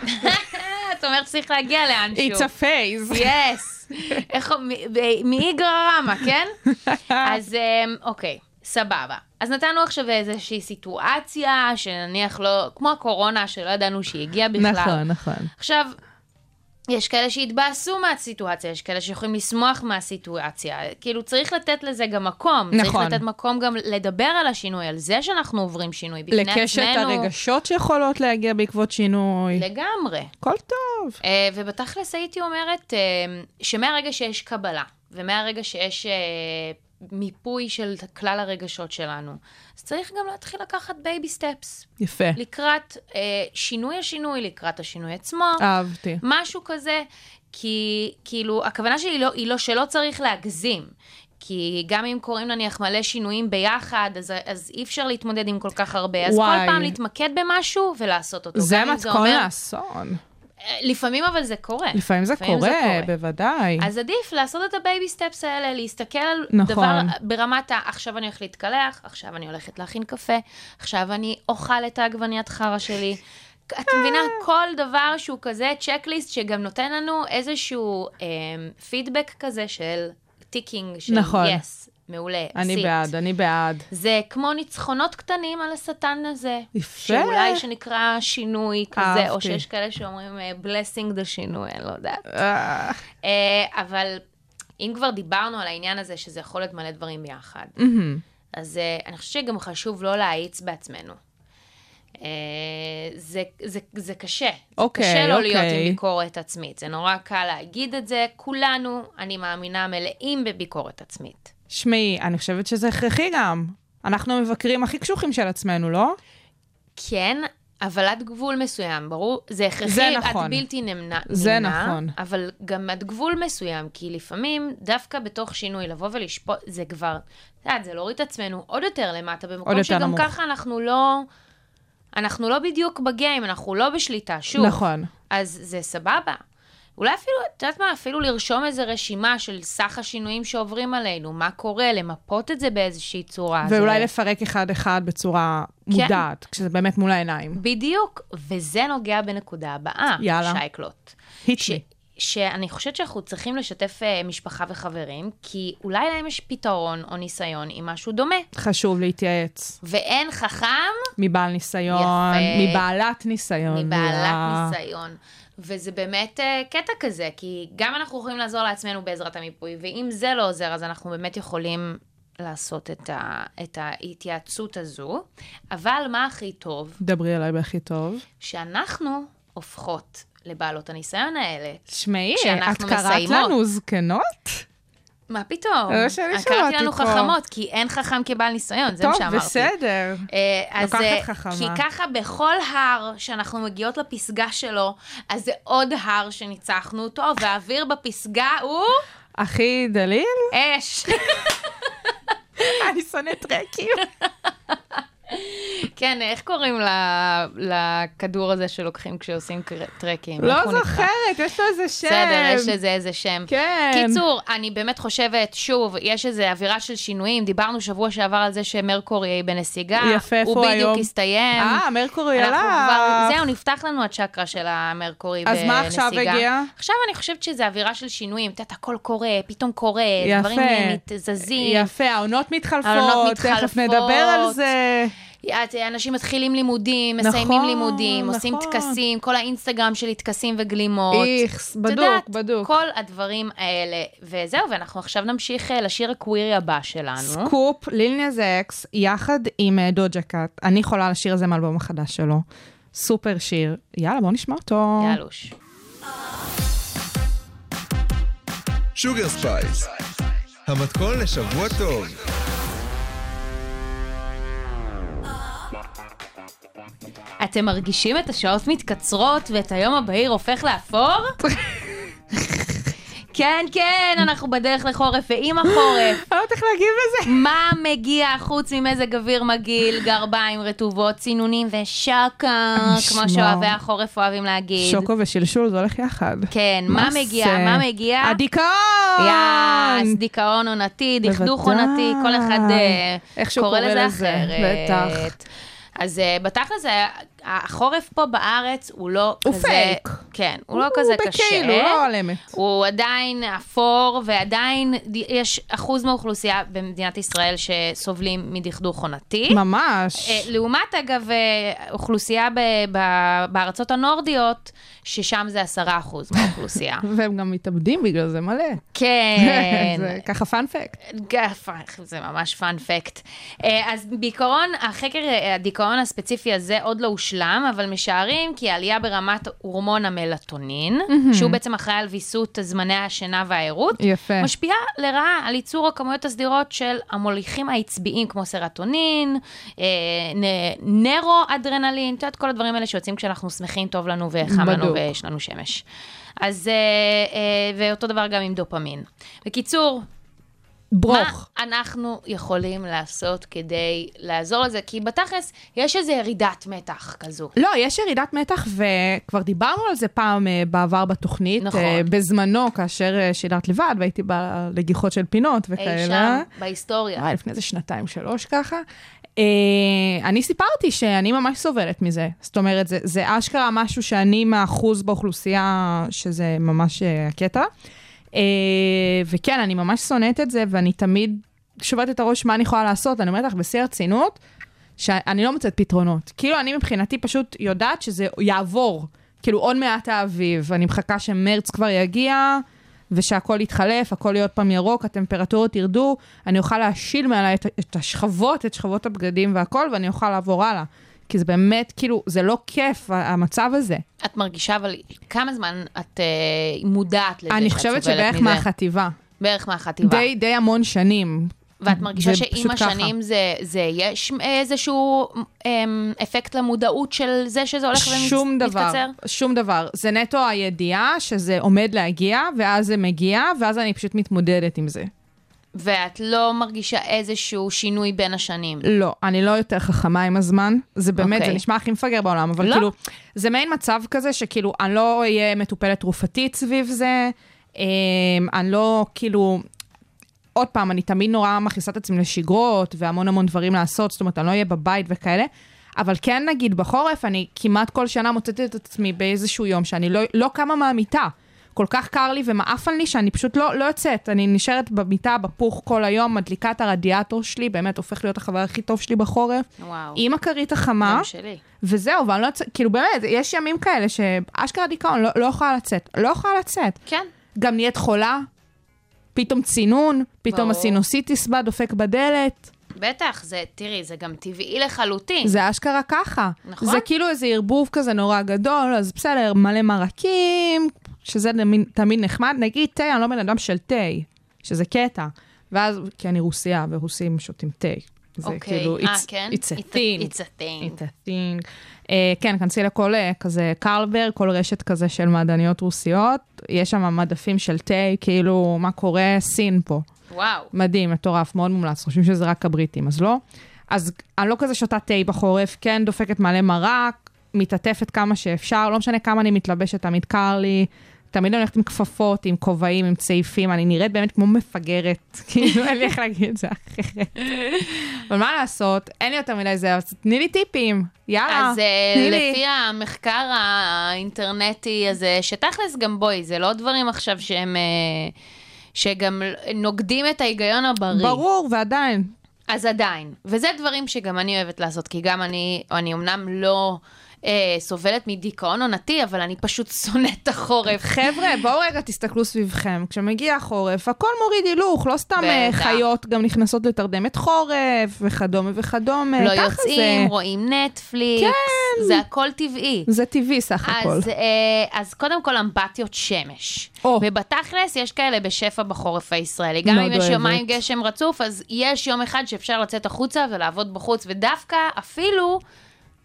Speaker 4: את אומרת שצריך להגיע לאנשהו.
Speaker 5: it's a phase.
Speaker 4: יס.
Speaker 5: *laughs*
Speaker 4: איך, מ- ב- מאי גררמה, כן?
Speaker 5: *laughs*
Speaker 4: אז אמ, אוקיי, סבבה. אז נתנו עכשיו איזושהי סיטואציה, שנניח לא, כמו הקורונה, שלא ידענו שהיא הגיעה בכלל.
Speaker 5: נכון, נכון.
Speaker 4: עכשיו, יש כאלה שהתבאסו מהסיטואציה, יש כאלה שיכולים לשמוח מהסיטואציה. כאילו, צריך לתת לזה גם מקום.
Speaker 5: נכון.
Speaker 4: צריך לתת מקום גם לדבר על השינוי, על זה שאנחנו עוברים שינוי בפני עצמנו.
Speaker 5: לקשת הרגשות שיכולות להגיע בעקבות שינוי.
Speaker 4: לגמרי.
Speaker 5: הכל טוב.
Speaker 4: אה, ובתכלס הייתי אומרת אה, שמהרגע שיש קבלה, ומהרגע שיש אה, מיפוי של כלל הרגשות שלנו, אז צריך גם להתחיל לקחת בייבי סטפס.
Speaker 5: יפה.
Speaker 4: לקראת אה, שינוי השינוי, לקראת השינוי עצמו.
Speaker 5: אהבתי.
Speaker 4: משהו כזה, כי כאילו, הכוונה שלי לא, היא לא שלא צריך להגזים. כי גם אם קורים נניח מלא שינויים ביחד, אז, אז אי אפשר להתמודד עם כל כך הרבה. אז
Speaker 5: וואי.
Speaker 4: כל פעם להתמקד במשהו ולעשות אותו.
Speaker 5: זה
Speaker 4: גם אם
Speaker 5: מתכון
Speaker 4: אומר-
Speaker 5: לאסון.
Speaker 4: אה, לפעמים אבל זה קורה.
Speaker 5: לפעמים זה קורה, בוודאי.
Speaker 4: אז עדיף לעשות את הבייבי סטפס האלה, להסתכל על
Speaker 5: נכון.
Speaker 4: דבר ברמת ה... עכשיו אני הולכת להתקלח, עכשיו אני הולכת להכין קפה, עכשיו אני אוכל את העגבניית חרא שלי. את מבינה,
Speaker 5: אה.
Speaker 4: כל דבר שהוא כזה צ'קליסט, שגם נותן לנו איזשהו אה, פידבק כזה של טיקינג, של
Speaker 5: נכון.
Speaker 4: יס, מעולה,
Speaker 5: אני
Speaker 4: עשית.
Speaker 5: בעד, אני בעד.
Speaker 4: זה כמו ניצחונות קטנים על השטן הזה.
Speaker 5: יפה.
Speaker 4: שאולי שנקרא שינוי כזה,
Speaker 5: אהבתי.
Speaker 4: או שיש כאלה שאומרים אה, blessing the שינוי, אני לא יודעת.
Speaker 5: אה,
Speaker 4: אה, אבל אם כבר דיברנו על העניין הזה, שזה יכול להיות מלא דברים ביחד,
Speaker 5: מהמם.
Speaker 4: אז אה, אני חושבת שגם חשוב לא להאיץ בעצמנו. אה, זה, זה, זה קשה, זה
Speaker 5: אוקיי,
Speaker 4: קשה לא
Speaker 5: אוקיי.
Speaker 4: להיות עם ביקורת עצמית, זה נורא קל להגיד את זה, כולנו, אני מאמינה, מלאים בביקורת עצמית.
Speaker 5: שמעי, אני חושבת שזה הכרחי גם. אנחנו המבקרים הכי קשוחים של עצמנו, לא?
Speaker 4: כן, אבל עד גבול מסוים, ברור, זה הכרחי,
Speaker 5: זה נכון.
Speaker 4: עד בלתי נמנע,
Speaker 5: זה
Speaker 4: נמנע,
Speaker 5: נכון.
Speaker 4: אבל גם עד גבול מסוים, כי לפעמים, דווקא בתוך שינוי, לבוא ולשפוט, זה כבר, את יודעת, זה להוריד את עצמנו עוד יותר למטה,
Speaker 5: עוד
Speaker 4: במקום
Speaker 5: יותר
Speaker 4: שגם
Speaker 5: נמוך.
Speaker 4: ככה אנחנו לא, אנחנו לא בדיוק בגיים, אנחנו לא בשליטה, שוב.
Speaker 5: נכון.
Speaker 4: אז זה סבבה. אולי אפילו, את יודעת מה, אפילו לרשום איזו רשימה של סך השינויים שעוברים עלינו, מה קורה, למפות את זה באיזושהי צורה. זה- כן.
Speaker 5: ואולי לפרק אחד-אחד בצורה מודעת, כשזה באמת מול העיניים.
Speaker 4: בדיוק, וזה נוגע בנקודה הבאה,
Speaker 5: יאללה.
Speaker 4: שייקלוט.
Speaker 5: היט
Speaker 4: ש-
Speaker 5: לי.
Speaker 4: שאני חושבת שאנחנו צריכים לשתף אה, משפחה וחברים, כי אולי להם יש פתרון או ניסיון עם משהו דומה.
Speaker 5: חשוב להתייעץ.
Speaker 4: ואין חכם
Speaker 5: מבעל ניסיון,
Speaker 4: יפה.
Speaker 5: מבעלת ניסיון.
Speaker 4: מבעלת
Speaker 5: אה,
Speaker 4: ניסיון. וזה באמת אה, קטע כזה, כי גם אנחנו יכולים לעזור לעצמנו בעזרת המיפוי, ואם זה לא עוזר, אז אנחנו באמת יכולים לעשות את, ה, את ההתייעצות הזו. אבל מה הכי טוב?
Speaker 5: דברי אליי בהכי טוב.
Speaker 4: שאנחנו הופכות לבעלות הניסיון האלה,
Speaker 5: שמעי, את
Speaker 4: כשאנחנו
Speaker 5: קראת
Speaker 4: מסיימות.
Speaker 5: לנו זקנות?
Speaker 4: מה פתאום?
Speaker 5: לא שאני
Speaker 4: אה,
Speaker 5: שמעתי
Speaker 4: קראתי לנו
Speaker 5: פה.
Speaker 4: חכמות, כי אין חכם כבעל ניסיון, זה מה שאמרתי.
Speaker 5: טוב, בסדר.
Speaker 4: אה, אז,
Speaker 5: לוקחת
Speaker 4: אה,
Speaker 5: חכמה.
Speaker 4: כי ככה בכל הר שאנחנו מגיעות לפסגה שלו, אז זה עוד הר שניצחנו אותו, והאוויר בפסגה הוא
Speaker 5: אחי
Speaker 4: *laughs*
Speaker 5: דליל?
Speaker 4: אש.
Speaker 5: אני שונאת טרקים.
Speaker 4: כן, איך קוראים ל- לכדור הזה שלוקחים כשעושים קר- טרקים?
Speaker 5: לא
Speaker 4: איך הוא נקרא?
Speaker 5: זוכרת, יש לו איזה שם.
Speaker 4: בסדר, יש לזה איזה שם.
Speaker 5: כן.
Speaker 4: קיצור, אני באמת חושבת, שוב, יש איזו אווירה של שינויים. דיברנו שבוע שעבר על זה שמרקורי בנסיגה.
Speaker 5: יפה, איפה הוא
Speaker 4: הוא בדיוק
Speaker 5: היום?
Speaker 4: הסתיים.
Speaker 5: אה, מרקורי
Speaker 4: אנחנו כבר-
Speaker 5: עלה. *laughs*
Speaker 4: זהו, נפתח לנו הצ'קרה של המרקורי
Speaker 5: אז
Speaker 4: בנסיגה.
Speaker 5: מה עכשיו הגיע?
Speaker 4: עכשיו אני חושבת שזה אווירה של שינויים. את יודעת, הכל קורה, פתאום קורה,
Speaker 5: יפה.
Speaker 4: דברים נת- זזים.
Speaker 5: יפה, העונות מתחלפות,
Speaker 4: העונות
Speaker 5: תכף
Speaker 4: מתחלפות.
Speaker 5: נדבר על זה.
Speaker 4: את- אנשים מתחילים לימודים, מסיימים
Speaker 5: נכון,
Speaker 4: לימודים, עושים
Speaker 5: נכון.
Speaker 4: טקסים, כל האינסטגרם שלי טקסים וגלימות.
Speaker 5: איכס,
Speaker 4: את
Speaker 5: בדוק,
Speaker 4: יודעת,
Speaker 5: בדוק.
Speaker 4: כל הדברים האלה. וזהו, ואנחנו עכשיו נמשיך אה, לשיר הקווירי הבא שלנו.
Speaker 5: סקופ, לילניה זה אקס, יחד עם אה, דוג'ה קאט. אני חולה על השיר הזה מהאלבום החדש שלו. סופר שיר. יאללה, בואו נשמע אותו.
Speaker 4: יאלוש.
Speaker 3: שוגר ספייס, המתכון לשבוע טוב.
Speaker 4: אתם מרגישים את השעות מתקצרות ואת היום הבהיר הופך לאפור?
Speaker 5: *laughs*
Speaker 4: כן, כן, אנחנו בדרך לחורף ועם החורף.
Speaker 5: אני לא יודעת איך להגיב לזה.
Speaker 4: מה מגיע חוץ ממזג אוויר מגעיל, גרביים רטובות, צינונים ושוקה,
Speaker 5: נשמע.
Speaker 4: כמו שאוהבי החורף אוהבים להגיד.
Speaker 5: שוקו ושלשול זה הולך יחד.
Speaker 4: כן, מה
Speaker 5: זה?
Speaker 4: מגיע? מה מגיע?
Speaker 5: הדיכאון!
Speaker 4: יאס, דיכאון עונתי, דכדוך
Speaker 5: נכון. בוודאי.
Speaker 4: עונתי, כל אחד אה,
Speaker 5: איך שהוא קורא לזה,
Speaker 4: אחרת.
Speaker 5: בטח.
Speaker 4: אז אה, בתכל'ס זה היה- החורף פה בארץ הוא לא
Speaker 5: הוא
Speaker 4: כזה...
Speaker 5: פייק.
Speaker 4: כן, הוא, לא כזה קשה.
Speaker 5: בכאילו, לא על אמת.
Speaker 4: הוא עדיין אפור, ועדיין ד- יש אחוז מהאוכלוסייה במדינת ישראל שסובלים מדכדוך עונתי.
Speaker 5: ממש.
Speaker 4: אה, לעומת, אגב, אה, אוכלוסייה ב- ב- בארצות הנורדיות, ששם זה עשרה אחוז
Speaker 5: *laughs*
Speaker 4: מהאוכלוסייה.
Speaker 5: והם גם מתאבדים בגלל זה מלא.
Speaker 4: כן.
Speaker 5: *laughs*
Speaker 4: אה,
Speaker 5: זה ככה פאנפקט.
Speaker 4: גף, זה ממש פאנפקט. אז בעיקרון, החקר אה, הדיכאון הספציפי הזה עוד לא הושלם, אבל משערים כי העלייה ברמת הורמון המלטונין, שהוא בעצם אחראי על ויסות זמני השינה והערות,
Speaker 5: יפה.
Speaker 4: משפיעה לרעה על ייצור הכמויות הסדירות של המוליכים העצביים, כמו סרטונין, אה, נ- נרו-אדרנלין, את יודעת, כל הדברים האלה שיוצאים כשאנחנו שמחים, טוב לנו וחם לנו
Speaker 5: בדוק.
Speaker 4: ויש לנו שמש. אז, אה, אה, ואותו דבר גם עם דופמין. בקיצור,
Speaker 5: ברוך.
Speaker 4: מה אנחנו יכולים לעשות כדי לעזור לזה? כי בתכלס יש איזו ירידת מתח כזו.
Speaker 5: לא, יש ירידת מתח, וכבר דיברנו על זה פעם אה, בעבר בתוכנית.
Speaker 4: נכון.
Speaker 5: אה, בזמנו, כאשר אה, שידרת לבד, והייתי באה לגיחות של פינות וכאלה.
Speaker 4: אי שם, בהיסטוריה.
Speaker 5: אה, לפני איזה שנתיים, שלוש ככה. אה, אני סיפרתי שאני ממש סובלת מזה. זאת אומרת, זה, זה אשכרה משהו שאני מהאחוז באוכלוסייה, שזה ממש אה, הקטע. אה, וכן, אני ממש שונאת את זה, ואני תמיד שוברת את הראש מה אני יכולה לעשות. אני אומרת לך בשיא הרצינות, שאני לא מוצאת פתרונות. כאילו, אני מבחינתי פשוט יודעת שזה יעבור. כאילו, עוד מעט האביב, אני מחכה שמרץ כבר יגיע, ושהכול יתחלף, הכל יהיה עוד פעם ירוק, הטמפרטורות ירדו, אני אוכל להשיל מעליי את, את השכבות, את שכבות הבגדים והכל, ואני אוכל לעבור הלאה. כי זה באמת, כאילו, זה לא כיף, ה- המצב הזה.
Speaker 4: את מרגישה, אבל כמה זמן את אה, מודעת לזה
Speaker 5: אני
Speaker 4: שאת
Speaker 5: חושבת
Speaker 4: סובלת
Speaker 5: שבערך
Speaker 4: מזה?
Speaker 5: מהחטיבה.
Speaker 4: בערך מהחטיבה.
Speaker 5: די, די המון שנים.
Speaker 4: ואת מרגישה
Speaker 5: זה
Speaker 4: שעם
Speaker 5: פשוט ככה.
Speaker 4: השנים זה, זה יש איזשהו אמ, אפקט למודעות של זה שזה הולך ומצ-
Speaker 5: שום דבר,
Speaker 4: מתקצר?
Speaker 5: שום דבר. זה נטו הידיעה שזה עומד להגיע, ואז זה מגיע, ואז אני פשוט מתמודדת עם זה.
Speaker 4: ואת לא מרגישה איזשהו שינוי בין השנים.
Speaker 5: לא, אני לא יותר חכמה עם הזמן. זה באמת, okay. זה
Speaker 4: אוקיי.
Speaker 5: נשמע הכי מפגר בעולם, אבל
Speaker 4: לא.
Speaker 5: לא. כאילו, זה מעין מצב כזה שכאילו, אני לא אהיה מטופלת תרופתית סביב זה, אמ, אני לא, כאילו, עוד פעם, אני תמיד נורא מכניסה את עצמי לשגרות, והמון המון דברים לעשות, זאת אומרת, אני לא אהיה בבית וכאלה. אבל כן, נגיד, בחורף, אני כמעט כל שנה מוצאת את עצמי באיזשהו יום שאני לא, לא קמה מהמיטה. כל כך קר לי ומעפן לי שאני פשוט לא, לא יוצאת. אני נשארת במיטה, בפוך כל היום, מדליקה את הרדיאטור שלי, באמת הופך להיות החבר הכי טוב שלי בחורף.
Speaker 4: וואו.
Speaker 5: עם הכרית החמה,
Speaker 4: גם שלי.
Speaker 5: וזהו, ואני לא יוצאת, כאילו באמת, יש ימים כאלה שאשכרה דיכאון, לא, לא יכולה לצאת. לא יכולה לצאת.
Speaker 4: כן.
Speaker 5: גם נהיית חולה, פתאום צינון, פתאום
Speaker 4: ברור.
Speaker 5: הסינוסיטיס בא, דופק בדלת.
Speaker 4: בטח, זה, תראי, זה גם טבעי לחלוטין.
Speaker 5: זה אשכרה ככה.
Speaker 4: אה. נכון.
Speaker 5: זה כאילו איזה ערבוב כזה נורא גדול, אז בסדר, מלא מרקים, שזה תמיד- תמיד נחמד. נגיד תה, אני לא בן אדם של תה, שזה קטע. ואז, כי אני רוסיה, ורוסים שותים תה. זה
Speaker 4: אוקיי.
Speaker 5: כאילו,
Speaker 4: אה,
Speaker 5: it's,
Speaker 4: כן?
Speaker 5: it's a
Speaker 4: It's a-
Speaker 5: thing.
Speaker 4: it's a thing.
Speaker 5: It's a thing. אה, כן, כנסי לכל אה, כזה קרלברג, כל רשת כזה של מעדניות רוסיות. יש שם מדפים של תה, כאילו, מה קורה? סין פה.
Speaker 4: וואו.
Speaker 5: מדהים, מטורף, מאוד מומלץ, חושבים שזה רק הבריטים, אז לא. אז אני לא כזה שותה תה בחורף, כן דופקת מלא מרק, מתעטפת כמה שאפשר, לא משנה כמה אני מתלבשת, תמיד קר לי. תמיד אני הולכת עם כפפות, עם כובעים, עם צעיפים, אני נראית באמת כמו מפגרת, *laughs* כאילו אין לי איך להגיד את זה אחרת. אבל מה לעשות, אין לי יותר מדי זה, אז תני לי טיפים, יאללה,
Speaker 4: אז אה,
Speaker 5: תני לי.
Speaker 4: לפי המחקר האינטרנטי הזה, שתכלס גם בואי, זה לא דברים עכשיו שהם... אה, שגם נוגדים את ההיגיון הבריא.
Speaker 5: ברור, ועדיין,
Speaker 4: אז עדיין. וזה דברים שגם אני אוהבת לעשות, כי גם אני, אני אמנם לא אה, סובלת מדיכאון עונתי, אבל אני פשוט שונאת את החורף.
Speaker 5: חבר'ה, בואו רגע תסתכלו סביבכם. כשמגיע החורף, הכל מוריד הילוך, לא סתם אה,
Speaker 4: בטח.
Speaker 5: חיות גם נכנסות לתרדמת חורף, וכדומה וכדומה.
Speaker 4: לא
Speaker 5: ככה
Speaker 4: יוצאים,
Speaker 5: זה.
Speaker 4: רואים נטפליקס,
Speaker 5: כן.
Speaker 4: זה הכל טבעי.
Speaker 5: זה טבעי סך הכל.
Speaker 4: אז, אה, אז קודם כל אמבטיות שמש.
Speaker 5: או.
Speaker 4: ובתכלס יש כאלה בשפע בחורף הישראלי. גם
Speaker 5: מאוד
Speaker 4: אם יש
Speaker 5: אוהבת.
Speaker 4: יומיים גשם רצוף, אז יש יום אחד שאפשר לצאת החוצה ולעבוד בחוץ, ודווקא אפילו...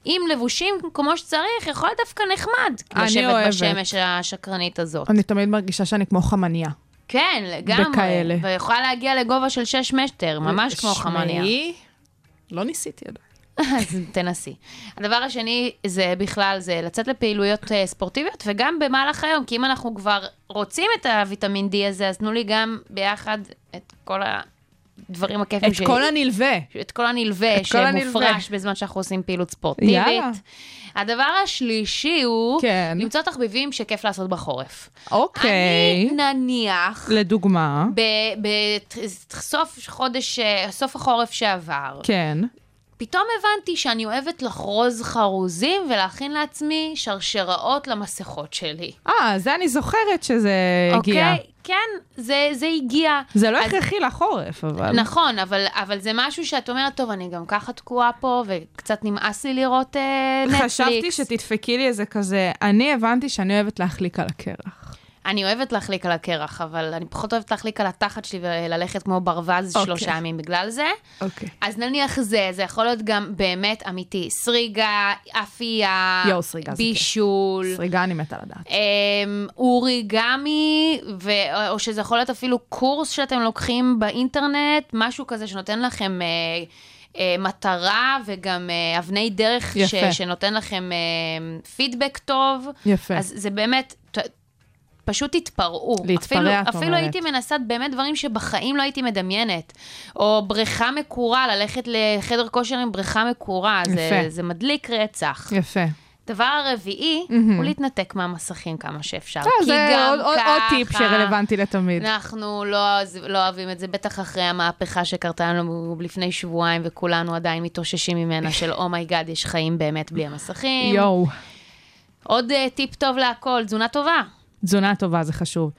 Speaker 4: עם לבושים כמו שצריך, יכול להיות דווקא נחמד.
Speaker 5: אני
Speaker 4: לשבת
Speaker 5: אוהבת.
Speaker 4: בשמש השקרנית הזאת.
Speaker 5: אני תמיד מרגישה שאני כמו חמניה.
Speaker 4: כן, לגמרי.
Speaker 5: בכאלה.
Speaker 4: ויכולה להגיע לגובה של 6 מטר, ממש כמו חמניה.
Speaker 5: שמעי, לא ניסיתי עדיין.
Speaker 4: אז תנסי. הדבר השני זה בכלל, זה לצאת לפעילויות אה, ספורטיביות, וגם במהלך היום, כי אם אנחנו כבר רוצים את הוויטמין D הזה, אז תנו לי גם ביחד את כל הדברים הכיפים
Speaker 5: את כל הנלווה.
Speaker 4: את כל הנלווה
Speaker 5: את כל הנלווה.
Speaker 4: שמופרש בזמן שאנחנו עושים פעילות ספורטיבית.
Speaker 5: יאללה.
Speaker 4: הדבר השלישי הוא
Speaker 5: כן.
Speaker 4: למצוא תחביבים שכיף לעשות בחורף.
Speaker 5: אוקיי.
Speaker 4: אני נניח,
Speaker 5: לדוגמה,
Speaker 4: בסוף חודש, אה, סוף החורף שעבר,
Speaker 5: כן.
Speaker 4: פתאום הבנתי שאני אוהבת לחרוז חרוזים ולהכין לעצמי שרשראות למסכות שלי.
Speaker 5: אה, זה אני זוכרת שזה הגיע.
Speaker 4: אוקיי? כן, זה, זה הגיע.
Speaker 5: זה לא
Speaker 4: אז-
Speaker 5: הכרחי לחורף, אבל...
Speaker 4: נכון, אבל, אבל זה משהו שאת אומרת, טוב, אני גם ככה תקועה פה, וקצת נמאס לי לראות אה, נטפליקס.
Speaker 5: חשבתי שתדפקי לי איזה כזה, אני הבנתי שאני אוהבת להחליק על הקרח.
Speaker 4: אני אוהבת להחליק על הקרח, אבל אני פחות אוהבת להחליק על התחת שלי וללכת כמו ברווז
Speaker 5: אוקיי.
Speaker 4: שלושה ימים בגלל זה.
Speaker 5: אוקיי.
Speaker 4: אז נניח זה, זה יכול להיות גם באמת אמיתי. סריגה, אפייה,
Speaker 5: יואו, סריגה זה כיף.
Speaker 4: בישול.
Speaker 5: סריגה אני מתה לדעת.
Speaker 4: אמ, אוריגמי, ו- או שזה יכול להיות אפילו קורס שאתם לוקחים באינטרנט, משהו כזה שנותן לכם אה, אה, מטרה וגם אה, אבני דרך ש-
Speaker 5: יפה.
Speaker 4: שנותן לכם אה, פידבק טוב.
Speaker 5: יפה.
Speaker 4: אז זה באמת, ת- פשוט תתפרעו.
Speaker 5: להתפרע,
Speaker 4: אפילו,
Speaker 5: את
Speaker 4: אפילו
Speaker 5: אומרת.
Speaker 4: הייתי מנסה באמת דברים שבחיים לא הייתי מדמיינת. או בריכה מקורה, ללכת לחדר כושר עם בריכה מקורה, זה,
Speaker 5: יפה.
Speaker 4: זה מדליק רצח.
Speaker 5: יפה.
Speaker 4: דבר הרביעי, mm-hmm. הוא להתנתק מהמסכים כמה שאפשר.
Speaker 5: אה,
Speaker 4: כי
Speaker 5: זה
Speaker 4: גם
Speaker 5: עוד- עוד-
Speaker 4: ככה...
Speaker 5: עוד טיפ שרלוונטי לתמיד.
Speaker 4: אנחנו לא, לא אוהבים את זה, בטח אחרי המהפכה שקרתה לנו לפני שבועיים, וכולנו עדיין מתאוששים ממנה של אומייגאד, oh my God, יש חיים באמת בלי המסכים.
Speaker 5: יואו.
Speaker 4: עוד uh, טיפ טוב להכל, תזונה טובה.
Speaker 5: תזונה טובה זה חשוב.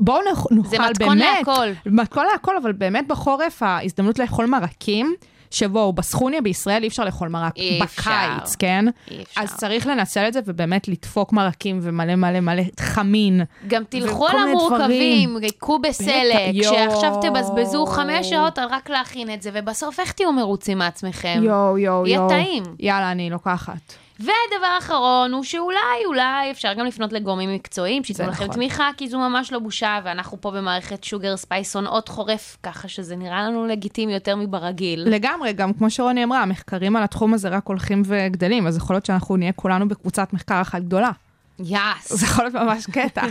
Speaker 5: בואו נאכ- נאכל
Speaker 4: זה
Speaker 5: באמת...
Speaker 4: מתכון להכל.
Speaker 5: מתכון להכל, אבל באמת בחורף ההזדמנות לאכול מרקים, שבואו, בסחוניה בישראל אי אפשר לאכול מרק.
Speaker 4: אי אפשר.
Speaker 5: בקיץ, כן?
Speaker 4: אי אפשר.
Speaker 5: אז צריך לנצל את זה ובאמת לדפוק מרקים ומלא מלא מלא חמין.
Speaker 4: גם תלכו
Speaker 5: וכל
Speaker 4: על
Speaker 5: מיני
Speaker 4: המורכבים,
Speaker 5: דברים.
Speaker 4: קחו
Speaker 5: בטח,
Speaker 4: בסלק,
Speaker 5: יואו.
Speaker 4: שעכשיו תבזבזו חמש שעות על רק להכין את זה, ובסוף איך תהיו מרוצים מעצמכם?
Speaker 5: יואו, יואו,
Speaker 4: יהיה
Speaker 5: יואו.
Speaker 4: טעים.
Speaker 5: יאללה, אני לוקחת.
Speaker 4: והדבר האחרון הוא שאולי, אולי אפשר גם לפנות לגורמים מקצועיים, שייתנו
Speaker 5: זה
Speaker 4: לכם
Speaker 5: נכון.
Speaker 4: תמיכה, כי זו ממש לא בושה, ואנחנו פה במערכת שוגר ספייסון עוד חורף, ככה שזה נראה לנו לגיטימי יותר מברגיל.
Speaker 5: לגמרי, גם כמו שרוני אמרה, המחקרים על התחום הזה רק הולכים וגדלים, אז יכול להיות שאנחנו נהיה כולנו בקבוצת מחקר אחת גדולה. *laughs*
Speaker 4: יאס.
Speaker 5: זה יכול להיות ממש
Speaker 4: *laughs*
Speaker 5: קטע.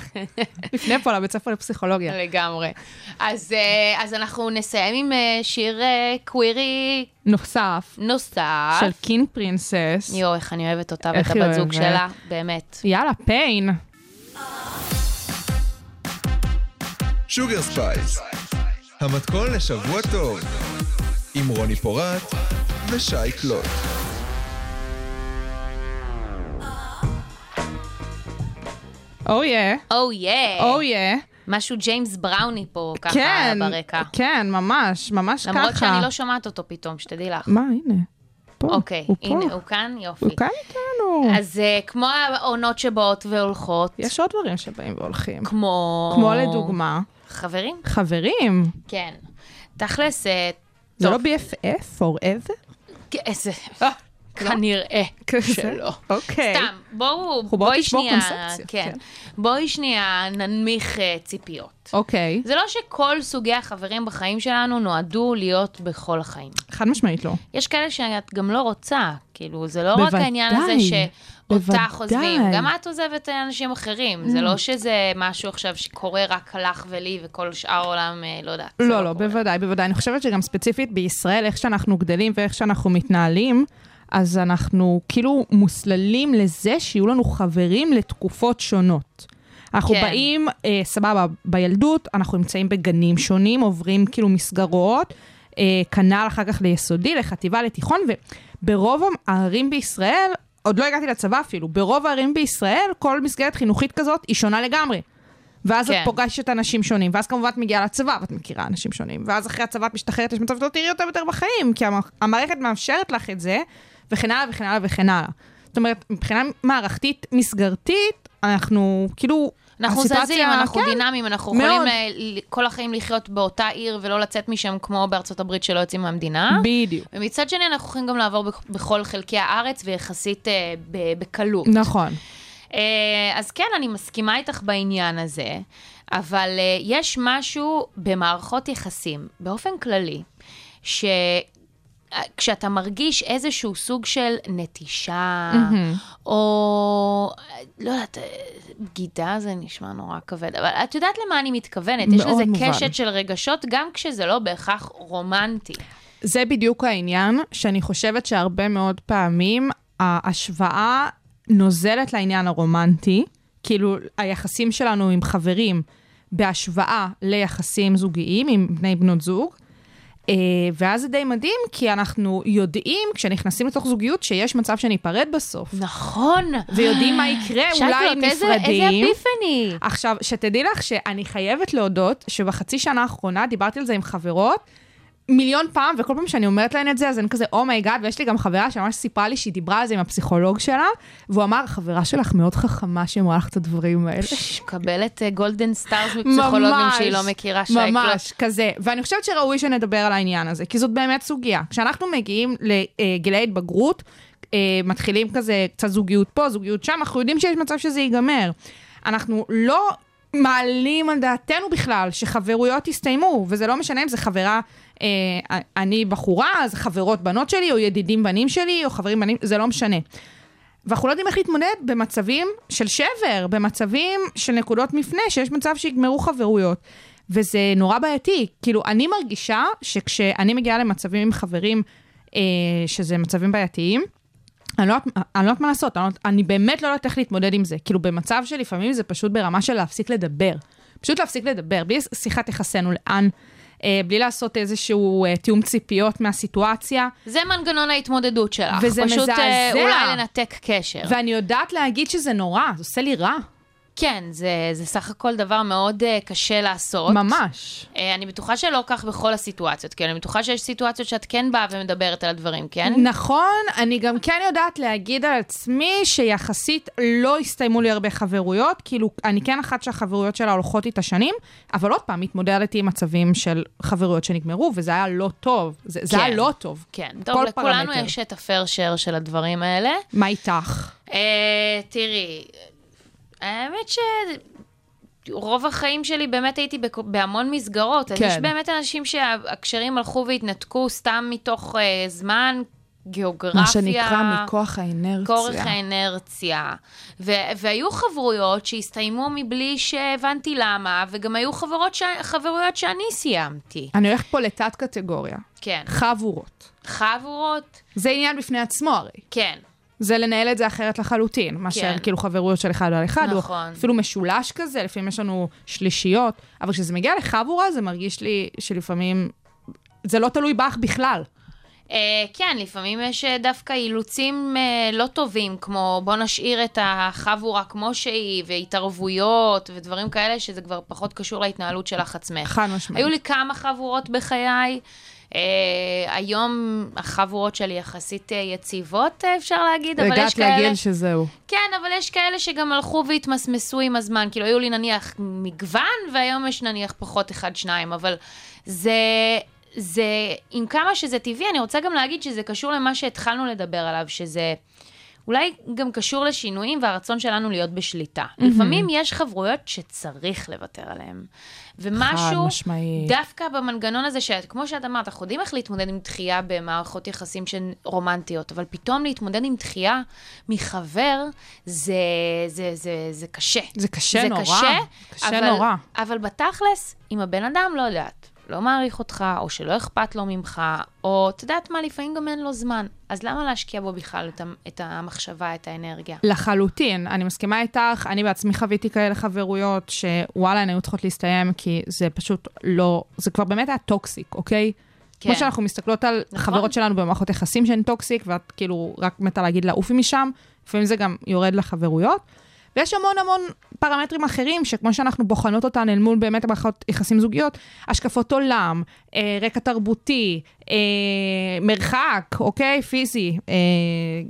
Speaker 5: לפני פה, לבית ספר לפסיכולוגיה.
Speaker 4: לגמרי. אז, אה, אז אנחנו נסיים עם אה, שיר אה, קווירי
Speaker 5: נוסף,
Speaker 4: נוסף.
Speaker 5: של קין פרינסס.
Speaker 4: יואו, איך אני אוהבת אותה ואת
Speaker 5: איך היא
Speaker 4: הבת זוג
Speaker 5: אוהבת?
Speaker 4: שלה, באמת.
Speaker 5: יאללה, פיין.
Speaker 3: שוגר ספייס, המתכון לשבוע טוב, עם רוני פורט ושי קלוט.
Speaker 5: Oh אויה,
Speaker 4: או יא.
Speaker 5: אויה.
Speaker 4: Oh, משהו ג'יימס בראוני פה, אה, ככה
Speaker 5: Oh, כן,
Speaker 4: ברקע.
Speaker 5: כן, ממש, ממש ככה.
Speaker 4: למרות שאני לא שומעת אותו פתאום, שתדעי לך.
Speaker 5: מה, הנה. פה,
Speaker 4: אוקיי,
Speaker 5: הוא פה.
Speaker 4: הנה, הוא כאן, יופי.
Speaker 5: הוא כאן איתנו.
Speaker 4: אז אה, כמו העונות שבאות והולכות,
Speaker 5: כן. יש עוד דברים שבאים והולכים.
Speaker 4: כמו...
Speaker 5: כמו לדוגמה,
Speaker 4: חברים?
Speaker 5: חברים,
Speaker 4: כן. תכלס, אה,
Speaker 5: זה לא
Speaker 4: טוב, אה,
Speaker 5: BFF forever?
Speaker 4: איזה... *laughs* כנראה שלא.
Speaker 5: אה, אוקיי.
Speaker 4: סתם, בואו,
Speaker 5: אנחנו באות
Speaker 4: בואי
Speaker 5: לשבור
Speaker 4: שנייה,
Speaker 5: קונספציה,
Speaker 4: כן.
Speaker 5: כן.
Speaker 4: בואי שנייה ננמיך אה, ציפיות.
Speaker 5: אוקיי.
Speaker 4: זה לא שכל סוגי החברים בחיים שלנו נועדו להיות בכל החיים.
Speaker 5: חד משמעית לא.
Speaker 4: יש כאלה שאת גם לא רוצה, כאילו, זה לא רק
Speaker 5: בוודאי,
Speaker 4: העניין הזה שאותך
Speaker 5: בוודאי.
Speaker 4: עוזבים, גם את עוזבת אנשים אחרים, זה לא שזה משהו עכשיו שקורה רק לך ולי וכל שאר העולם, אה, לא יודעת. זה
Speaker 5: לא,
Speaker 4: קורה.
Speaker 5: לא, בוודאי, בוודאי. אני חושבת שגם ספציפית בישראל, איך שאנחנו גדלים ואיך שאנחנו מתנהלים, אז אנחנו כאילו מוסללים לזה שיהיו לנו חברים לתקופות שונות. אנחנו
Speaker 4: כן.
Speaker 5: כן. באים, אה, סבבה, בילדות, אנחנו נמצאים בגנים שונים, עוברים כאילו מסגרות, אה, כנ"ל אחר כך ליסודי, לחטיבה, לתיכון, וברוב הערים בישראל, עוד לא הגעתי לצבא אפילו, ברוב הערים בישראל, כל מסגרת חינוכית כזאת היא שונה לגמרי. ואז
Speaker 4: כן.
Speaker 5: את פוגשת אנשים שונים, ואז כמובן את מגיעה לצבא ואת מכירה אנשים שונים, ואז אחרי הצבא את משתחררת, יש מצב שלא תראי אותם יותר בחיים, כי המ- המערכת מאפשרת לך את זה, וכן הלאה וכן הלאה וכן הלאה. זאת אומרת, מבחינה מערכתית, מסגרתית, אנחנו כאילו...
Speaker 4: אנחנו
Speaker 5: הסיטואציה-
Speaker 4: זזים, אנחנו
Speaker 5: כן,
Speaker 4: דינאמיים, אנחנו
Speaker 5: מאוד.
Speaker 4: יכולים אה, ל- כל החיים לחיות באותה עיר ולא לצאת משם כמו בארצות הברית שלא יוצאים מהמדינה.
Speaker 5: בדיוק.
Speaker 4: ומצד שני, אנחנו יכולים גם לעבור בכ- בכל חלקי הארץ ויחסית אה, ב- בקלות.
Speaker 5: נכון.
Speaker 4: אה, אז כן, אני מסכימה איתך בעניין הזה, אבל אה, יש משהו במערכות יחסים, באופן כללי, ש... אה, כשאתה מרגיש איזשהו סוג של נטישה,
Speaker 5: מהמם.
Speaker 4: או לא יודעת, אה, בגידה זה נשמע נורא כבד, אבל את יודעת למה אני מתכוונת. יש
Speaker 5: מאוד
Speaker 4: לזה
Speaker 5: מובן.
Speaker 4: קשת של רגשות, גם כשזה לא בהכרח רומנטי.
Speaker 5: זה בדיוק העניין, שאני חושבת שהרבה מאוד פעמים ההשוואה נוזלת לעניין הרומנטי, כאילו היחסים שלנו עם חברים בהשוואה ליחסים זוגיים עם בני בנות זוג. אה, ואז זה די מדהים, כי אנחנו יודעים, כשנכנסים לתוך זוגיות, שיש מצב שניפרד בסוף.
Speaker 4: נכון.
Speaker 5: ויודעים מה יקרה, אולי
Speaker 4: שייקלוט,
Speaker 5: אם
Speaker 4: איזה- איזה
Speaker 5: נפרדים.
Speaker 4: אפיפני.
Speaker 5: עכשיו, שתדעי לך שאני חייבת להודות שבחצי שנה האחרונה דיברתי על זה עם חברות מיליון פעם, וכל פעם שאני אומרת להן את זה, אז הן כזה, אומייגאד, ויש לי גם חברה שממש סיפרה לי שהיא דיברה על זה עם הפסיכולוג שלה, והוא אמר, חברה שלך מאוד חכמה שאמרה לך את הדברים האלה.
Speaker 4: מקבלת גולדן סטארס *laughs* מפסיכולוגים
Speaker 5: ממש,
Speaker 4: שהיא לא מכירה שייקלוט.
Speaker 5: ממש, כזה. ואני חושבת שראוי שנדבר על העניין הזה, כי זאת באמת סוגיה. כשאנחנו מגיעים לגילי התבגרות, אה, מתחילים כזה קצת זוגיות פה, זוגיות שם, אנחנו יודעים שיש מצב שזה ייגמר. אנחנו לא מעלים על דעתנו בכלל שחברויות יסתיימו, וזה לא משנה אם זה חברה, אה, אני בחורה, אז חברות בנות שלי, או ידידים בנים שלי, או חברים בנים, זה לא משנה. ואנחנו לא יודעים איך להתמודד במצבים של שבר, במצבים של נקודות מפנה, שיש מצב שיגמרו חברויות. וזה נורא בעייתי. כאילו, אני מרגישה שכשאני מגיעה למצבים עם חברים, אה, שזה מצבים בעייתיים, אני לא, יודעת- אני לא יודעת מה לעשות, אני, לא, יודעת- אני באמת לא יודעת איך להתמודד עם זה. כאילו, במצב שלפעמים זה פשוט ברמה של להפסיק לדבר. פשוט להפסיק לדבר, בלי שיחת יחסינו לאן, אה, בלי לעשות איזשהו אה, תיאום ציפיות מהסיטואציה.
Speaker 4: זה מנגנון ההתמודדות שלך.
Speaker 5: וזה
Speaker 4: פשוט אה,
Speaker 5: מזעזע.
Speaker 4: אולי לנתק קשר.
Speaker 5: ואני יודעת להגיד שזה נורא, זה עושה לי רע.
Speaker 4: כן, זה, זה סך הכל דבר מאוד אה, קשה לעשות.
Speaker 5: ממש.
Speaker 4: אה, אני בטוחה שלא כך בכל הסיטואציות, כי אני בטוחה שיש סיטואציות שאת כן באה ומדברת על הדברים, כן?
Speaker 5: נכון, אני גם כן יודעת להגיד על עצמי שיחסית לא הסתיימו לי הרבה חברויות, כאילו, אני כן אחת שהחברויות שלה הולכות איתה שנים, אבל עוד פעם, התמודדתי עם מצבים של חברויות שנגמרו, וזה היה לא טוב. זה, זה
Speaker 4: כן.
Speaker 5: היה לא טוב.
Speaker 4: כן,
Speaker 5: בכל
Speaker 4: טוב, לכולנו
Speaker 5: פרמטר.
Speaker 4: יש את הפייר שייר של הדברים האלה.
Speaker 5: מה איתך?
Speaker 4: אה, תראי, האמת ש... רוב החיים שלי באמת הייתי בכ... בהמון מסגרות. כן.
Speaker 5: כן.
Speaker 4: יש באמת אנשים שהקשרים הלכו והתנתקו סתם מתוך אה, זמן, גיאוגרפיה.
Speaker 5: מכוח האנרציה.
Speaker 4: כורח האנרציה. ו- והיו חברויות שהסתיימו מבלי שהבנתי למה, וגם היו חברות ש- חברויות שאני סיימתי.
Speaker 5: אני הולכת פה לתת קטגוריה,
Speaker 4: כן.
Speaker 5: חבורות.
Speaker 4: חברות,
Speaker 5: זה עניין בפני עצמו הרי.
Speaker 4: כן.
Speaker 5: זה לנהל את זה אחרת לחלוטין, מאשר
Speaker 4: כן.
Speaker 5: כאילו חברויות של אחד על אחד,
Speaker 4: נכון.
Speaker 5: או אפילו משולש כזה, לפעמים יש לנו שלישיות, אבל כשזה מגיע לחבורה, זה מרגיש לי שלפעמים, זה לא תלוי בך בכלל.
Speaker 4: אה, כן, לפעמים יש אה, דווקא אילוצים אה, לא טובים, כמו בוא נשאיר את החבורה כמו שהיא, והתערבויות, ודברים כאלה, שזה כבר פחות קשור להתנהלות שלך עצמך.
Speaker 5: חד משמעית.
Speaker 4: היו לי כמה חבורות בחיי. Uh, היום החבורות שלי יחסית אה, יציבות, אה, אפשר להגיד, אבל יש כאלה...
Speaker 5: שזהו.
Speaker 4: כן, אבל יש כאלה שגם הלכו והתמסמסו עם הזמן. כאילו, היו לי נניח מגוון, והיום יש נניח פחות אחד-שניים, אבל זה... זה, עם כמה שזה טבעי, אני רוצה גם להגיד שזה קשור למה שהתחלנו לדבר עליו, שזה אולי גם קשור לשינויים והרצון שלנו להיות בשליטה. Mm-hmm. לפעמים יש חברויות שצריך לוותר עליהן. ומשהו,
Speaker 5: משמעית.
Speaker 4: דווקא במנגנון הזה, שכמו שאת אמרת, אנחנו יודעים איך להתמודד עם דחייה במערכות יחסים שהן רומנטיות, אבל פתאום להתמודד עם דחייה מחבר, זה, זה, זה, זה קשה.
Speaker 5: זה קשה
Speaker 4: זה
Speaker 5: נורא.
Speaker 4: קשה,
Speaker 5: קשה
Speaker 4: אבל,
Speaker 5: נורא.
Speaker 4: אבל בתכלס, אם הבן אדם לא יודעת, לא מעריך אותך, או שלא אכפת לו ממך, או את יודעת מה, לפעמים גם אין לו זמן, אז למה להשקיע בו בכלל את, ה- את המחשבה, את האנרגיה?
Speaker 5: לחלוטין, אני מסכימה איתך, אני בעצמי חוויתי כאלה חברויות שוואלה, הן היו צריכות להסתיים, כי זה פשוט לא, זה כבר באמת היה טוקסיק, אוקיי?
Speaker 4: כן.
Speaker 5: כמו שאנחנו מסתכלות על
Speaker 4: נכון.
Speaker 5: נכון. חברות שלנו במערכות יחסים שהן טוקסיק, ואת כאילו רק מתה להגיד לה עופי משם, לפעמים זה גם יורד לחברויות. ויש המון המון פרמטרים אחרים, שכמו שאנחנו בוחנות אותן אל מול באמת מערכות יחסים זוגיות, השקפות עולם, אה, רקע תרבותי, אה, מרחק, אוקיי? פיזי. אה,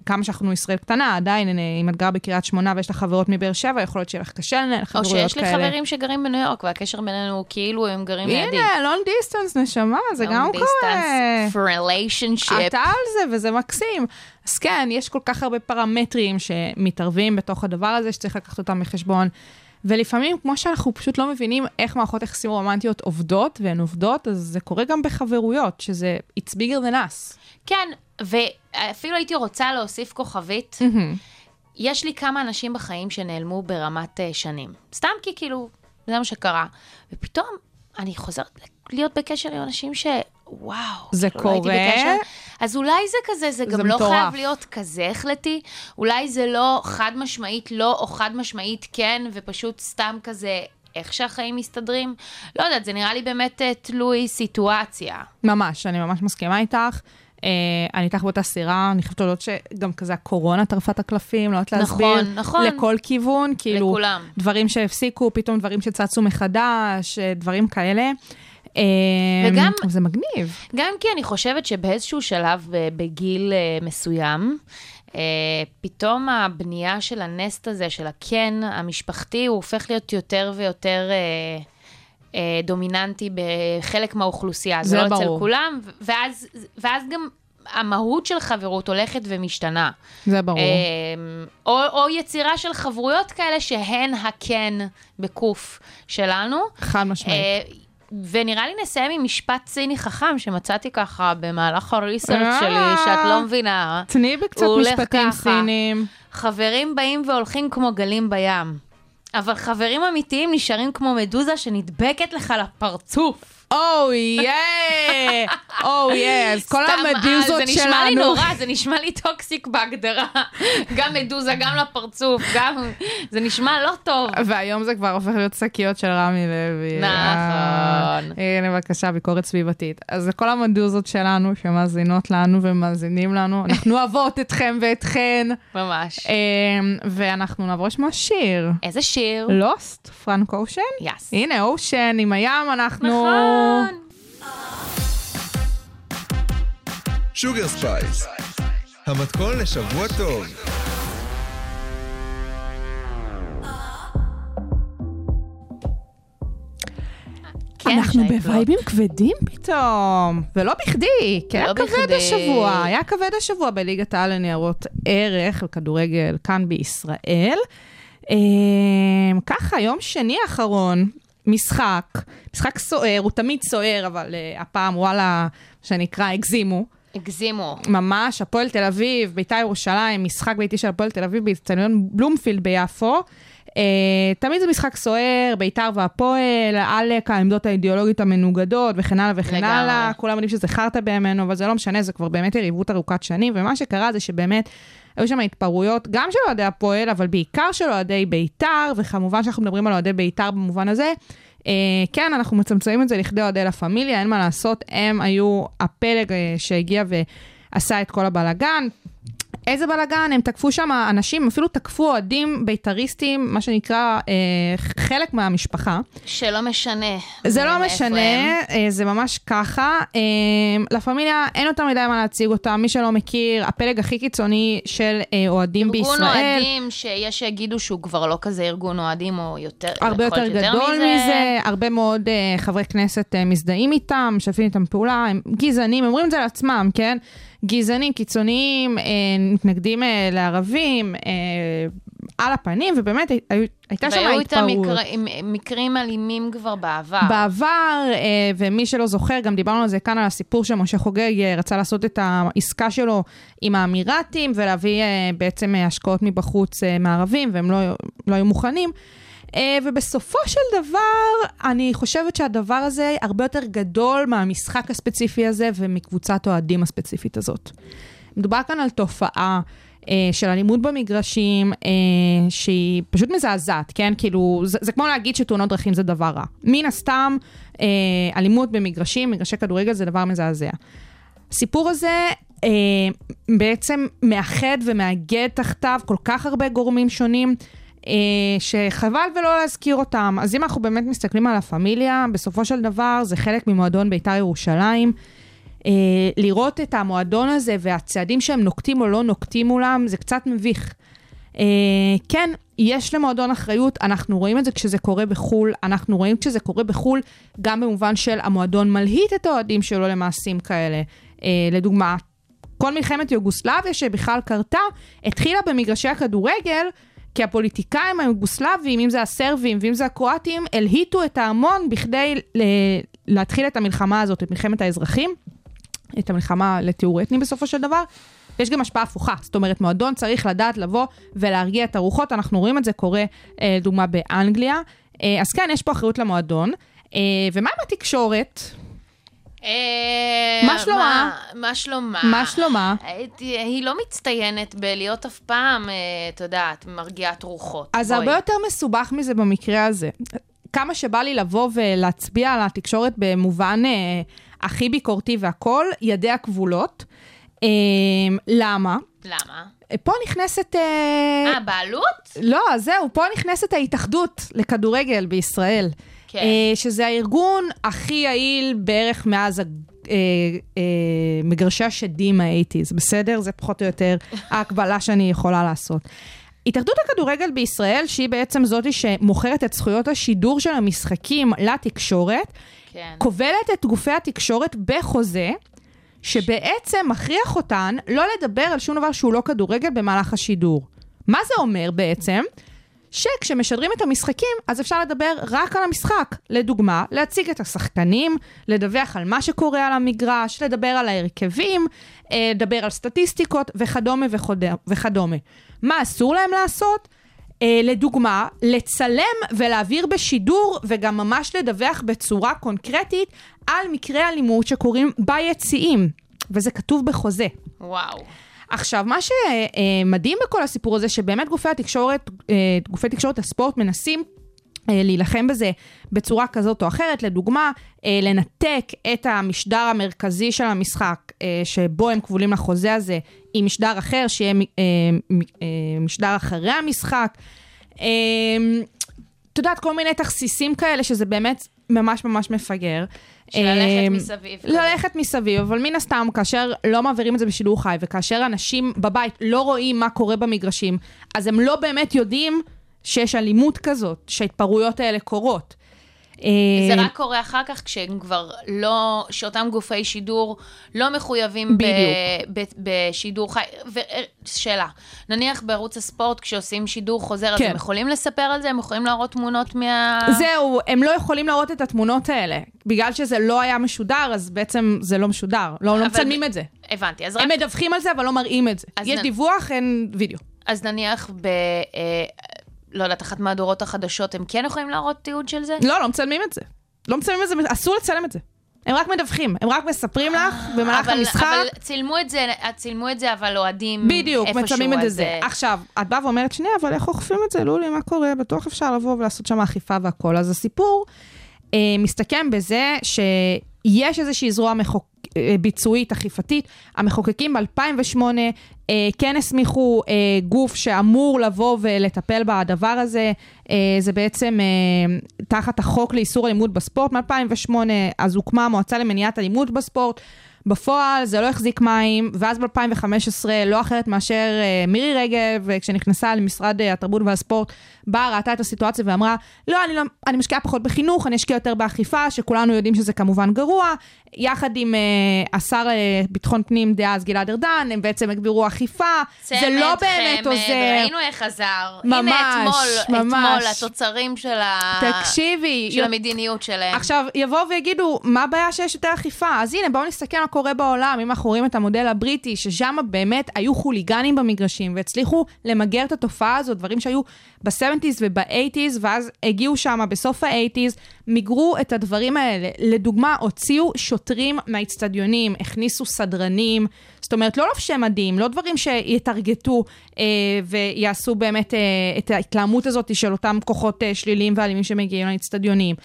Speaker 5: כמה שאנחנו ישראל קטנה, עדיין, אה, אם את גרה בקריית שמונה ויש לך חברות מבאר שבע, יכול להיות שיהיה לך קשה לנהל
Speaker 4: או
Speaker 5: חברויות כאלה.
Speaker 4: שיש לי חברים שגרים בניו יורק, והקשר בינינו הוא כאילו הם גרים לידי.
Speaker 5: הנה, לונג דיסטנס, נשמה, זה גם קורה.
Speaker 4: distance relationship.
Speaker 5: אתה על זה, וזה מקסים. אז כן, יש כל כך הרבה פרמטרים שמתערבים בתוך הדבר הזה, שצריך לקחת אותם בחשבון. ולפעמים, כמו שאנחנו פשוט לא מבינים איך מערכות יחסים רומנטיות עובדות, והן עובדות, אז זה קורה גם בחברויות, שזה it's bigger than us.
Speaker 4: כן, ואפילו הייתי רוצה להוסיף כוכבית. יש לי כמה אנשים בחיים שנעלמו ברמת אה, שנים. סתם כי כאילו, זה מה שקרה. ופתאום אני חוזרת להיות בקשר עם אנשים ש... וואו,
Speaker 5: זה
Speaker 4: כאילו, לא הייתי
Speaker 5: קורה?
Speaker 4: בקשר. אז אולי זה כזה, זה גם
Speaker 5: זה
Speaker 4: לא
Speaker 5: מטורף.
Speaker 4: חייב להיות כזה החלטי. אולי זה לא חד משמעית לא, או חד משמעית כן, ופשוט סתם כזה איך שהחיים מסתדרים. לא יודעת, זה נראה לי באמת אה, תלוי סיטואציה.
Speaker 5: ממש, אני ממש מסכימה איתך. אה, אני איתך באותה סירה, אני חייבת להודות שגם כזה הקורונה טרפה את הקלפים, לא יודעת
Speaker 4: נכון,
Speaker 5: להסביר.
Speaker 4: נכון.
Speaker 5: לכל כיוון, כאילו...
Speaker 4: לכולם.
Speaker 5: דברים שהפסיקו, פתאום דברים שצצו מחדש, אה, דברים כאלה. אה,
Speaker 4: וגם-
Speaker 5: זה מגניב.
Speaker 4: גם כי אני חושבת שבאיזשהו שלב, ב- בגיל אה, מסוים, אה, פתאום הבנייה של הנסט הזה, של הקן המשפחתי, הוא הופך להיות יותר ויותר אה, אה, דומיננטי בחלק מהאוכלוסייה. זה,
Speaker 5: זה
Speaker 4: לא
Speaker 5: ברור.
Speaker 4: אצל כולם, ו- ואז, ואז גם המהות של חברות הולכת ומשתנה.
Speaker 5: זה ברור.
Speaker 4: אמ, או, או יצירה של חברויות כאלה שהן הקן בקוף שלנו.
Speaker 5: חד משמעית.
Speaker 4: אה, ונראה לי נסיים עם משפט ציני חכם שמצאתי ככה במהלך הריסרצ'
Speaker 5: אה.
Speaker 4: שלי, שאת לא מבינה.
Speaker 5: תני בי קצת
Speaker 4: הוא הולך
Speaker 5: משפטים
Speaker 4: ככה.
Speaker 5: סינים.
Speaker 4: חברים באים והולכים כמו גלים בים, אבל חברים אמיתיים נשארים כמו מדוזה שנדבקת לך לפרצוף. *laughs*
Speaker 5: או יא! או יא! Oh אז כל
Speaker 4: סתם, אה,
Speaker 5: המדוזות
Speaker 4: זה
Speaker 5: שלנו.
Speaker 4: נשמע לי נורא, זה נשמע לי טוקסיק בהגדרה. *laughs* גם מדוזה, גם לפרצוף, גם... זה נשמע לא טוב.
Speaker 5: והיום זה כבר הופך להיות שקיות של רמי לוי.
Speaker 4: נכון.
Speaker 5: אה, הנה בבקשה, ביקורת סביבתית. אז לכל המדוזות שלנו שמאזינות לנו ומאזינים לנו, אנחנו אוהבות אתכם ואתכן,
Speaker 4: ממש.
Speaker 5: אה, ואנחנו נעבור לשמוע שיר.
Speaker 4: איזה שיר.
Speaker 5: לא. לוסט, פרנק אושן?
Speaker 4: יס.
Speaker 5: הנה, אושן עם הים, אנחנו...
Speaker 4: נכון.
Speaker 3: שוגר ספייס, המתכון לשבוע טוב.
Speaker 4: כן,
Speaker 5: אנחנו
Speaker 4: שי פלוט.
Speaker 5: בווייבים כבדים פתאום, ולא בכדי, כי היה
Speaker 4: לא
Speaker 5: כבד
Speaker 4: בכדי.
Speaker 5: השבוע, היה כבד השבוע בליגת העל לניירות ערך וכדורגל כאן בישראל. אמ, ככה, יום שני האחרון, משחק, משחק סוער, הוא תמיד סוער, אבל אה, הפעם, וואלה, מה שנקרא, הגזימו.
Speaker 4: הגזימו.
Speaker 5: ממש, הפועל תל אביב, ביתר ירושלים, משחק ביתי של הפועל תל אביב באיצטדיון בלומפילד ביפו. אה, תמיד זה משחק סוער, ביתר והפועל, עלק, העמדות האידיאולוגיות המנוגדות וכן הלאה וכן
Speaker 4: לגמרי.
Speaker 5: הלאה. כולם יודעים שזה חרטא בימינו, אבל זה לא משנה, זה כבר באמת יריבות ארוכת שנים, ומה שקרה זה שבאמת... היו שם התפרעויות, גם של אוהדי הפועל, אבל בעיקר של אוהדי ביתר, וכמובן שאנחנו מדברים על אוהדי ביתר במובן הזה. אה, כן, אנחנו מצמצמים את זה לכדי אוהדי לה פמיליה, אין מה לעשות, הם היו הפלג אה, שהגיע ועשה את כל הבלגן. איזה בלאגן, הם תקפו שם אנשים, אפילו תקפו אוהדים בית"ריסטים, מה שנקרא אה, חלק מהמשפחה.
Speaker 4: שלא משנה.
Speaker 5: זה לא
Speaker 4: מאיפה הם.
Speaker 5: משנה, אה, זה ממש ככה. אה, לה פמיליה, אין יותר מדי מה להציג אותה. מי שלא מכיר, הפלג הכי קיצוני של אה, אוהדים בישראל.
Speaker 4: ארגון אוהדים שיש שיגידו שהוא כבר לא כזה ארגון אוהדים, או יותר,
Speaker 5: הרבה
Speaker 4: יכול
Speaker 5: יותר
Speaker 4: להיות
Speaker 5: גדול מזה. מזה, הרבה מאוד אה, חברי כנסת אה, מזדהים איתם, משתפים איתם פעולה, הם גזענים, הם אומרים את זה לעצמם, כן? גזענים, קיצוניים, אה, מתנגדים אה, לערבים, אה, על הפנים, ובאמת הי- היו- הייתה שם
Speaker 4: והיו איתם
Speaker 5: התפרעות.
Speaker 4: מקר... עם- מקרים אלימים כבר בעבר.
Speaker 5: בעבר, אה, ומי שלא זוכר, גם דיברנו על זה כאן, על הסיפור שמשה חוגג אה, רצה לעשות את העסקה שלו עם האמירתים, ולהביא אה, בעצם אה, השקעות מבחוץ אה, מערבים, והם לא, לא היו מוכנים. אה, ובסופו של דבר, אני חושבת שהדבר הזה הרבה יותר גדול מהמשחק הספציפי הזה ומקבוצת אוהדים הספציפית הזאת. מדובר כאן על תופעה אה, של אלימות במגרשים, אה, שהיא פשוט מזעזעת, כן? כאילו, זה, זה כמו להגיד שתאונות דרכים זה דבר רע. מן הסתם, אה, אלימות במגרשים, מגרשי כדורגל זה דבר מזעזע. הסיפור הזה אה, בעצם מאחד ומאגד תחתיו כל כך הרבה גורמים שונים. אה, שחבל ולא להזכיר אותם. אז אם אנחנו באמת מסתכלים על הפמיליה, בסופו של דבר זה חלק ממועדון בית"ר ירושלים. אה, לראות את המועדון הזה והצעדים שהם נוקטים או לא נוקטים מולם, זה קצת מביך. אה, כן, יש למועדון אחריות, אנחנו רואים את זה כשזה קורה בחו"ל, אנחנו רואים כשזה קורה בחו"ל גם במובן של המועדון מלהיט את האוהדים שלו למעשים כאלה. אה, לדוגמה, כל מלחמת יוגוסלביה שבכלל קרתה, התחילה במגרשי הכדורגל. כי הפוליטיקאים היוגוסלבים, אם זה הסרבים ואם זה הקרואטים, הלהיטו את ההמון בכדי ל- להתחיל את המלחמה הזאת, את מלחמת האזרחים, את המלחמה לטיהור אתני בסופו של דבר. יש גם השפעה הפוכה, זאת אומרת, מועדון צריך לדעת לבוא ולהרגיע את הרוחות, אנחנו רואים את זה קורה, אה, דוגמה באנגליה. אה, אז כן, יש פה אחריות למועדון. אה, ומה עם התקשורת?
Speaker 4: אה,
Speaker 5: מה שלומה?
Speaker 4: מה שלומה?
Speaker 5: מה שלומה?
Speaker 4: הייתי- היא לא מצטיינת בלהיות אף פעם, אה, את יודעת, מרגיעת רוחות.
Speaker 5: אז
Speaker 4: בואי.
Speaker 5: הרבה יותר מסובך מזה במקרה הזה. כמה שבא לי לבוא ולהצביע על התקשורת במובן אה, הכי ביקורתי והכול, ידיה כבולות. אה, למה?
Speaker 4: למה?
Speaker 5: אה, פה נכנסת... אה,
Speaker 4: אה, בעלות?
Speaker 5: לא, זהו, פה נכנסת ההתאחדות לכדורגל בישראל.
Speaker 4: כן.
Speaker 5: אה, שזה הארגון הכי יעיל בערך מאז ה- אה, אה, מגרשי השדים האייטיז, בסדר? זה פחות או יותר ההקבלה שאני יכולה לעשות. התאחדות הכדורגל בישראל, שהיא בעצם זאתי שמוכרת את זכויות השידור של המשחקים לתקשורת,
Speaker 4: כן.
Speaker 5: כובלת את גופי התקשורת בחוזה, שבעצם מכריח אותן לא לדבר על שום דבר שהוא לא כדורגל במהלך השידור. מה זה אומר בעצם? שכשמשדרים את המשחקים, אז אפשר לדבר רק על המשחק. לדוגמה, להציג את השחקנים, לדווח על מה שקורה על המגרש, לדבר על ההרכבים, אה, לדבר על סטטיסטיקות וכדומה וכודה- וכדומה. מה אסור להם לעשות? אה, לדוגמה, לצלם ולהעביר בשידור וגם ממש לדווח בצורה קונקרטית על מקרי אלימות שקורים ביציעים, וזה כתוב בחוזה.
Speaker 4: וואו.
Speaker 5: עכשיו, מה שמדהים בכל הסיפור הזה, שבאמת גופי התקשורת, אה, גופי תקשורת הספורט מנסים אה, להילחם בזה בצורה כזאת או אחרת. לדוגמה, אה, לנתק את המשדר המרכזי של המשחק, אה, שבו הם כבולים לחוזה הזה, עם משדר אחר, שיהיה מ- אה, מ- אה, משדר אחרי המשחק. אה, את יודעת, כל מיני תכסיסים כאלה, שזה באמת ממש ממש מפגר.
Speaker 4: של ללכת
Speaker 5: אמ,
Speaker 4: מסביב.
Speaker 5: ללכת מסביב, אבל מן הסתם, כאשר לא מעבירים את זה בשידור חי, וכאשר אנשים בבית לא רואים מה קורה במגרשים, אז הם לא באמת יודעים שיש אלימות כזאת, שההתפרעויות האלה קורות.
Speaker 4: זה
Speaker 5: אה,
Speaker 4: רק קורה אחר כך כשהם כבר לא, שאותם גופי שידור לא מחויבים ב, ב, בשידור חי. ו, אה, שאלה, נניח בערוץ הספורט כשעושים שידור חוזר,
Speaker 5: כן.
Speaker 4: אז הם יכולים לספר על זה? הם יכולים להראות תמונות מה...
Speaker 5: זהו, הם לא יכולים להראות את התמונות האלה. בגלל שזה לא היה משודר, אז בעצם זה לא משודר. לא, לא
Speaker 4: אבל-
Speaker 5: מצלמים את זה.
Speaker 4: הבנתי, אז רק
Speaker 5: הם מדווחים על זה, אבל לא מראים את זה.
Speaker 4: אז
Speaker 5: יש
Speaker 4: נ-
Speaker 5: דיווח, אין וידאו.
Speaker 4: אז נניח ב... אה, לא יודעת, אחת מהדורות החדשות, הם כן יכולים להראות תיעוד של זה?
Speaker 5: לא, לא מצלמים את זה. לא מצלמים את זה, אסור לצלם את זה. הם רק מדווחים, הם רק מספרים לך במהלך
Speaker 4: אבל-
Speaker 5: המשחק.
Speaker 4: אבל צילמו את זה, צילמו את זה, אבל אוהדים
Speaker 5: בדיוק,
Speaker 4: איפשהו,
Speaker 5: מצלמים את
Speaker 4: אז,
Speaker 5: זה.
Speaker 4: אה,
Speaker 5: עכשיו, את באה ואומרת, שנייה, אבל איך אוכפים את זה, לולי, מה קורה? בטוח אפשר לבוא ולעשות שם אכיפה והכל. אז הסיפור אה, מסתכם בזה שיש איזושהי זרוע מחוק... אה, ביצועית, אכיפתית. המחוקקים ב-2008 אה, כן הסמיכו אה, גוף שאמור לבוא ולטפל בדבר הזה. אה, זה בעצם אה, תחת החוק לאיסור אלימות בספורט מ-2008, אז הוקמה המועצה למניעת אלימות בספורט. בפועל זה לא החזיק מים, ואז ב-2015, לא אחרת מאשר אה, מירי רגב, אה, כשנכנסה למשרד אה, התרבות והספורט, באה, ראתה את הסיטואציה ואמרה, לא, אני, לא, אני משקיעה פחות בחינוך, אני אשקיע יותר באכיפה, שכולנו יודעים שזה כמובן גרוע. יחד עם אה, השר אה, ביטחון פנים דאז גלעד ארדן, הם בעצם הגבירו אכיפה,
Speaker 4: צמד,
Speaker 5: זה לא באמת
Speaker 4: חמד,
Speaker 5: עוזר.
Speaker 4: ראינו איך עזר.
Speaker 5: ממש,
Speaker 4: הנה אתמול,
Speaker 5: ממש.
Speaker 4: אתמול התוצרים של, ה...
Speaker 5: תקשיבי,
Speaker 4: אה, של המדיניות שלהם.
Speaker 5: עכשיו, יבואו ויגידו, מה הבעיה שיש יותר אכיפה? אז הנה, בואו נסתכל מה קורה בעולם, אם אנחנו רואים את המודל הבריטי, ששם באמת היו חוליגנים במגרשים, והצליחו למגר את התופעה הזאת, דברים שהיו ב-70's וב-80's, ואז הגיעו שם בסוף ה-80's, מיגרו את הדברים האלה. לדוגמה, הוציאו שוטרים מהאיצטדיונים, הכניסו סדרנים, זאת אומרת, לא לובשי מדים, לא דברים שיטרגטו אה, ויעשו באמת אה, את ההתלהמות הזאת של אותם כוחות אה, שליליים ואלימים שמגיעים לאיצטדיונים.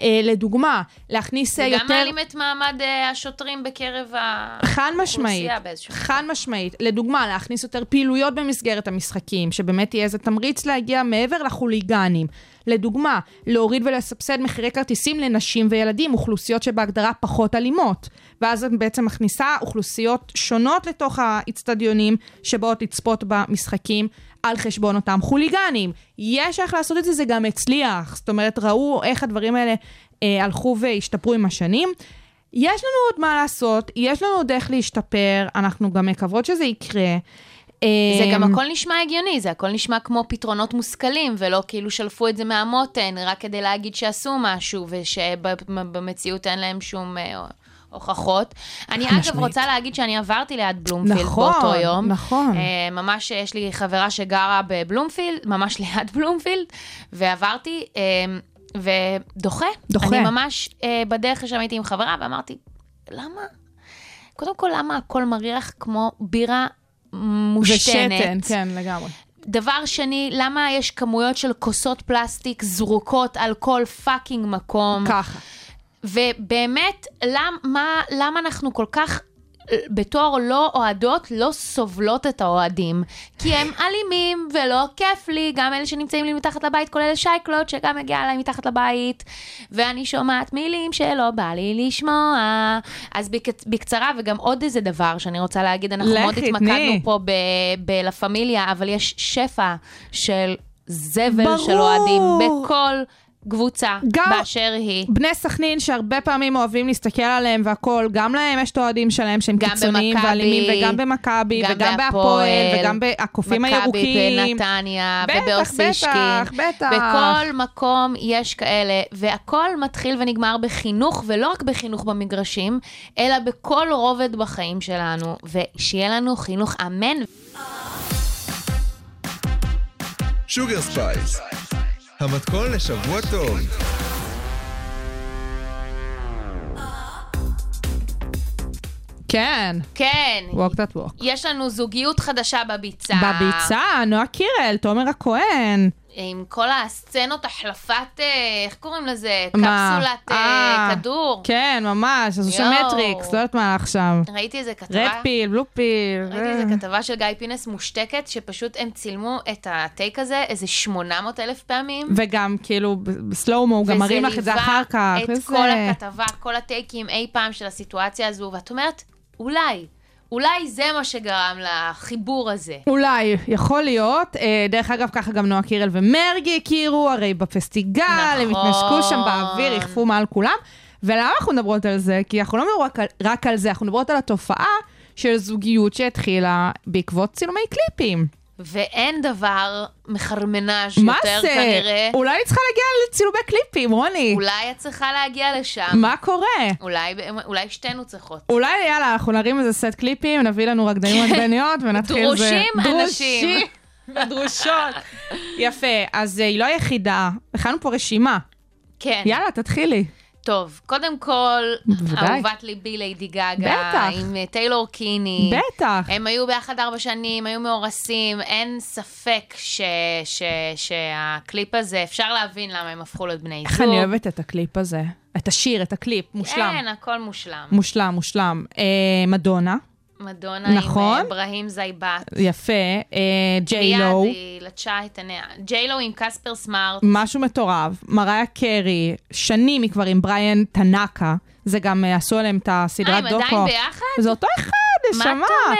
Speaker 5: אה, לדוגמה, להכניס אה,
Speaker 4: וגם
Speaker 5: יותר...
Speaker 4: מעלים את מעמד אה, השוטרים בקרב ה...
Speaker 5: חד משמעית,
Speaker 4: אוכלוסייה באיזשהו-
Speaker 5: חד משמעית. לדוגמה, להכניס יותר פעילויות במסגרת המשחקים, שבאמת יהיה איזה תמריץ להגיע מעבר לחוליגנים. לדוגמה, להוריד ולסבסד מחירי כרטיסים לנשים וילדים, אוכלוסיות שבהגדרה פחות אלימות. ואז את בעצם מכניסה אוכלוסיות שונות לתוך האיצטדיונים שבאות לצפות במשחקים על חשבון אותם חוליגנים. יש איך לעשות את זה, זה גם הצליח. זאת אומרת, ראו איך הדברים האלה אה, הלכו והשתפרו עם השנים. יש לנו עוד מה לעשות, יש לנו עוד איך להשתפר, אנחנו גם מקוות שזה יקרה.
Speaker 4: זה גם
Speaker 6: אמ,
Speaker 4: הכל נשמע הגיוני, זה הכל נשמע כמו פתרונות מושכלים, ולא כאילו שלפו את זה מהמותן, רק כדי להגיד שעשו משהו, ושבמציאות אין להם שום אה, הוכחות. אני אגב
Speaker 6: משמעית.
Speaker 4: רוצה להגיד שאני עברתי ליד בלומפילד
Speaker 5: נכון,
Speaker 4: באותו יום.
Speaker 5: נכון.
Speaker 4: אה, ממש, יש לי חברה שגרה בבלומפילד, ממש ליד בלומפילד, ועברתי, אה, ודוחה.
Speaker 6: דוחה.
Speaker 4: אני ממש אה, בדרך לשם הייתי עם חברה, ואמרתי, למה? קודם כל, למה הכל מריח כמו בירה
Speaker 5: ושתן,
Speaker 4: מושתנת?
Speaker 5: כן, לגמרי.
Speaker 4: דבר שני, למה יש כמויות של כוסות פלסטיק זרוקות על כל פאקינג מקום?
Speaker 5: ככה.
Speaker 4: ובאמת, למ, מה, למה אנחנו כל כך... אה, בתור לא אוהדות, לא סובלות את האוהדים. כי
Speaker 5: *laughs*
Speaker 4: הם אלימים ולא כיף לי, גם אלה שנמצאים לי מתחת לבית, כולל שייקלוט, שגם הגיע אליי מתחת לבית, ואני שומעת מילים שלא בא לי לשמוע. אז בק- בקצרה, וגם עוד איזה דבר שאני רוצה להגיד, אנחנו
Speaker 5: לכי,
Speaker 4: מאוד התמקדנו
Speaker 5: תני.
Speaker 4: פה ב- בלה פמיליה, אבל יש שפע של זבל של
Speaker 5: ברור.
Speaker 4: אוהדים בכל קבוצה
Speaker 5: גם-
Speaker 4: באשר היא.
Speaker 5: בני סכנין, שהרבה פעמים אוהבים להסתכל עליהם והכול, גם להם יש את האוהדים שלהם שהם
Speaker 4: גם
Speaker 5: קיצוניים
Speaker 4: במכבי,
Speaker 5: ואלימים, וגם במכבי,
Speaker 4: גם
Speaker 5: וגם בהפועל,
Speaker 4: בהפועל,
Speaker 5: וגם ב"הקופים
Speaker 4: מכבי
Speaker 5: הירוקים.
Speaker 4: בנתניה,
Speaker 5: בטח,
Speaker 4: ובאוסישקין.
Speaker 5: בטח, בטח.
Speaker 4: בכל מקום יש כאלה, והכל מתחיל ונגמר בחינוך, ולא רק בחינוך במגרשים, אלא בכל רובד בחיים שלנו, ושיהיה לנו חינוך אמן.
Speaker 3: שוגר ספייס, המתכון לשבוע טוב.
Speaker 5: כן,
Speaker 4: כן,
Speaker 5: walk that walk.
Speaker 4: יש לנו זוגיות חדשה בביצה.
Speaker 5: בביצה, נועה קירל, תומר הכהן.
Speaker 4: עם כל הסצנות החלפת, אה, איך קוראים לזה?
Speaker 5: מה?
Speaker 4: קפסולת אה,
Speaker 5: אה,
Speaker 4: כדור.
Speaker 5: כן, ממש, אז הוא של
Speaker 4: יואו.
Speaker 5: מטריקס, לא יודעת מה עכשיו.
Speaker 4: ראיתי איזה כתבה.
Speaker 5: רד פיל, אה. בלו פיל.
Speaker 4: ראיתי איזה כתבה של גיא פינס מושתקת, שפשוט הם צילמו את הטייק הזה איזה 800 אלף פעמים.
Speaker 5: וגם כאילו בסלואמו, גם מראים לך את זה אחר כך.
Speaker 4: וזה ליווה את
Speaker 5: איזה-
Speaker 4: כל הכתבה, כל הטייקים אי פעם של הסיטואציה הזו, ואת אומרת, אולי, אולי זה מה שגרם לחיבור הזה.
Speaker 5: אולי, יכול להיות. אה, דרך אגב, ככה גם נועה קירל ומרגי הכירו, הרי בפסטיגל, הם
Speaker 4: נכון.
Speaker 5: התנשקו שם באוויר, יכפו מעל כולם. ולמה אנחנו מדברות על זה? כי אנחנו לא מדברות רק על, רק על זה, אנחנו מדברות על התופעה של זוגיות שהתחילה בעקבות צילומי קליפים.
Speaker 4: ואין דבר מחרמנז'
Speaker 5: מה
Speaker 4: יותר
Speaker 5: זה?
Speaker 4: כנראה.
Speaker 5: אולי אני צריכה להגיע לצילומי קליפים, רוני.
Speaker 4: אולי את צריכה להגיע לשם.
Speaker 5: מה קורה?
Speaker 4: אולי, אולי שתינו צריכות.
Speaker 5: אולי, יאללה, אנחנו נרים איזה סט קליפים, נביא לנו רקדנים רקדניות ונתחיל זה.
Speaker 4: כן. דרושים אנשים.
Speaker 5: *laughs* דרושים ודרושות. יפה, אז אה, היא לא היחידה, הכנו פה רשימה.
Speaker 4: כן.
Speaker 5: יאללה, תתחילי.
Speaker 4: טוב, קודם כל,
Speaker 5: בוודאי.
Speaker 4: אהובת ליבי ליידי גאגה,
Speaker 5: בטח.
Speaker 4: עם אה, טיילור קיני.
Speaker 5: בטח.
Speaker 4: הם היו ביחד ארבע שנים, היו מאורסים, אין ספק ש, ש, שהקליפ הזה, אפשר להבין למה הם הפכו להיות בני זוג.
Speaker 5: איך אני אוהבת את הקליפ הזה. את השיר, את הקליפ, מושלם.
Speaker 4: כן, הכל מושלם.
Speaker 5: מושלם, מושלם. אה, מדונה,
Speaker 4: מדונה
Speaker 5: נכון.
Speaker 4: עם אה, אברהים זייבת.
Speaker 5: יפה. אה,
Speaker 4: מיד
Speaker 5: ג'יי-לו,
Speaker 4: היא לטשה את עיניה. ג'יילו עם קספר סמארט.
Speaker 5: משהו מטורף. מריה קרי, שנים היא כבר עם בריאן טנאקה. זה גם אה, עשו עליהם את
Speaker 4: אה,
Speaker 5: הסדרת
Speaker 4: הם
Speaker 5: דוקו.
Speaker 4: עדיין ביחד?
Speaker 5: זה אותו אחד,
Speaker 4: מה
Speaker 5: נשמה.
Speaker 4: את אומרת?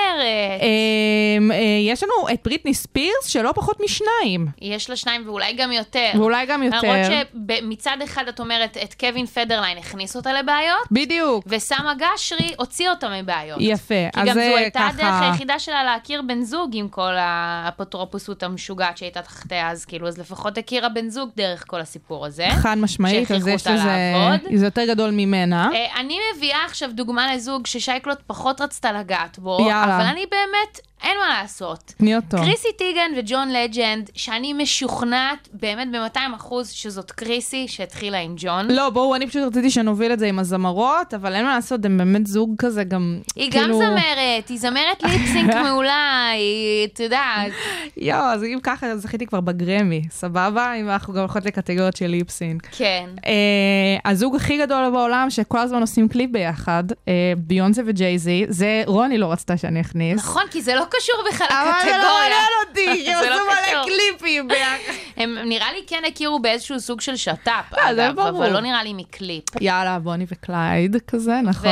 Speaker 5: אמ, אה, יש לנו את בריטני ספירס, שלא פחות משניים,
Speaker 4: יש לה שניים ואולי גם יותר.
Speaker 5: ואולי גם יותר.
Speaker 4: למרות שמצד אחד את אומרת, את קווין פדרליין הכניס אותה לבעיות,
Speaker 5: בדיוק.
Speaker 4: וסמה גשרי הוציא אותה מבעיות.
Speaker 5: יפה,
Speaker 4: כי
Speaker 5: אז
Speaker 4: גם זו
Speaker 5: זה
Speaker 4: הייתה
Speaker 5: ככה-
Speaker 4: הדרך היחידה שלה להכיר בן זוג עם כל האפוטרופוסות המשוגעת שהייתה תחתיה אז, כאילו, אז לפחות הכירה בן זוג דרך כל הסיפור הזה.
Speaker 5: חד משמעית, אז
Speaker 4: אה, שהכריחו
Speaker 5: יש
Speaker 4: אותה
Speaker 5: לזה...
Speaker 4: לעבוד.
Speaker 5: זה יותר גדול ממנה.
Speaker 4: אה, אני מביאה עכשיו דוגמה לזוג ששייקלוט פחות רצתה לגעת בו,
Speaker 5: יאללה.
Speaker 4: אבל אני באמת, אין מה לעשות.
Speaker 5: תני אותו.
Speaker 4: קריסי טיגן וג'ון לג'נד, שאני משוכנעת באמת ב-200 אחוז שזאת קריסי שהתחילה עם ג'ון.
Speaker 5: לא, בואו, אני פשוט רציתי שנוביל את זה עם הזמרות, אבל אין מה לעשות, הם באמת זוג כזה גם,
Speaker 4: היא גם
Speaker 5: כאילו...
Speaker 4: זמרת, היא זמרת
Speaker 5: *laughs*
Speaker 4: ליפסינק מעולה, היא, את יודעת,
Speaker 5: יואו, אז אם ככה, זכיתי כבר בגרמי, סבבה? אם אנחנו גם הולכות לקטגוריות של ליפסינק.
Speaker 4: כן.
Speaker 5: אה, הזוג הכי גדול בעולם שכל הזמן עושים קליפ ביחד, אה, ביונסה וג'ייזי, זה רוני לא רצתה שאני אכניס.
Speaker 4: נכון, כי זה לא קשור בכלל
Speaker 5: אבל זה לא
Speaker 4: לקטגוריה.
Speaker 5: מעניין
Speaker 4: *laughs*
Speaker 5: אותי, כי
Speaker 4: זה לא
Speaker 5: עשו מלא
Speaker 4: קשור.
Speaker 5: קליפים ביחד.
Speaker 4: הם נראה לי כן הכירו באיזשהו סוג של שת"פ,
Speaker 5: אה, זה
Speaker 4: אגב,
Speaker 5: ברור.
Speaker 4: אבל לא נראה לי מקליפ.
Speaker 5: יאללה, בוני וקלייד כזה,
Speaker 4: ו-
Speaker 5: נכון?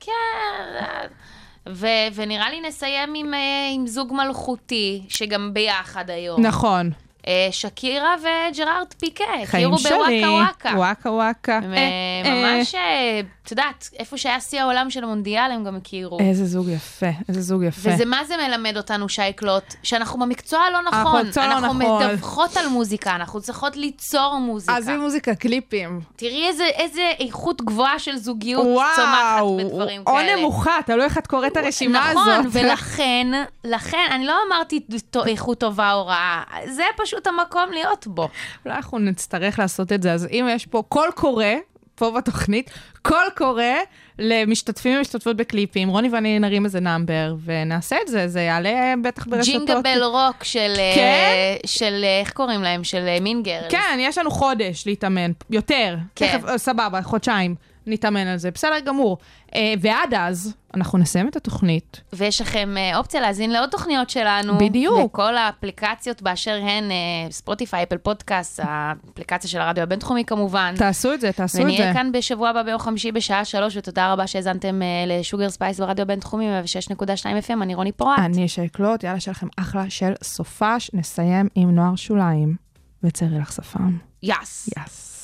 Speaker 4: כן. ו- ונראה לי נסיים עם, אה, עם זוג מלכותי, שגם ביחד היום.
Speaker 5: נכון.
Speaker 4: אה, אה, שקירה וג'רארד פיקה,
Speaker 5: חיים
Speaker 4: הכירו
Speaker 5: שלי.
Speaker 4: בוואקה וואקה.
Speaker 5: וואקה וואקה.
Speaker 4: הם,
Speaker 5: אה,
Speaker 4: אה,
Speaker 5: אה.
Speaker 4: ממש, אה, את יודעת, איפה שהיה שיא העולם של המונדיאל, הם גם הכירו.
Speaker 5: איזה זוג יפה, איזה זוג יפה.
Speaker 4: וזה מה זה מלמד אותנו, שייקלוט? שאנחנו במקצוע הלא נכון.
Speaker 5: אנחנו במקצוע לא
Speaker 4: אנחנו
Speaker 5: נכון.
Speaker 4: מדווחות על מוזיקה, אנחנו צריכות ליצור מוזיקה.
Speaker 5: עזבי מוזיקה, קליפים.
Speaker 4: תראי איזה, איזה איכות גבוהה של זוגיות צומחת
Speaker 5: וואו,
Speaker 4: בדברים
Speaker 5: או
Speaker 4: כאלה.
Speaker 5: נמוכה, תלוי איך את קוראת את הרשימה
Speaker 4: נכון,
Speaker 5: הזאת.
Speaker 4: נכון, ולכן, לכן, אני לא אמרתי תו- איכות טובה או רעה, זה פשוט המקום להיות בו.
Speaker 5: אולי אנחנו נצטרך לעשות את זה, אז אם יש פה קול קורא, פה בתוכנית, קול קורא למשתתפים ומשתתפות בקליפים, רוני ואני נרים איזה נאמבר, ונעשה את זה, זה יעלה אה, בטח ברשתות.
Speaker 4: ג'ינגבל רוק של, אה,
Speaker 5: כן?
Speaker 4: של, אה, איך קוראים להם? של אה, מינגר.
Speaker 5: כן, יש לנו חודש להתאמן, יותר.
Speaker 4: כן.
Speaker 5: תכף, אה, סבבה, חודשיים נתאמן על זה, בסדר גמור. אה, ועד אז, אנחנו נסיים את התוכנית.
Speaker 4: ויש לכם אה, אופציה להאזין לעוד תוכניות שלנו.
Speaker 5: בדיוק.
Speaker 4: בכל האפליקציות באשר הן, אה, ספוטיפיי, אפל פודקאסט, האפליקציה של הרדיו הבינתחומי כמובן.
Speaker 5: תעשו את זה, תעשו את
Speaker 4: ונהיה
Speaker 5: זה.
Speaker 4: כאן בשבוע הבא ביום חמישי בשעה שלוש, ותודה רבה שהאזנתם אה, לשוגר ספייס ברדיו הבינתחומי 106.2 FM, אני רוני פורט.
Speaker 5: אני שאקלוט, יאללה, שיהיה לכם אחלה של סופש. נסיים עם נוער שוליים וצרי לך שפם.
Speaker 4: יס.
Speaker 5: יס.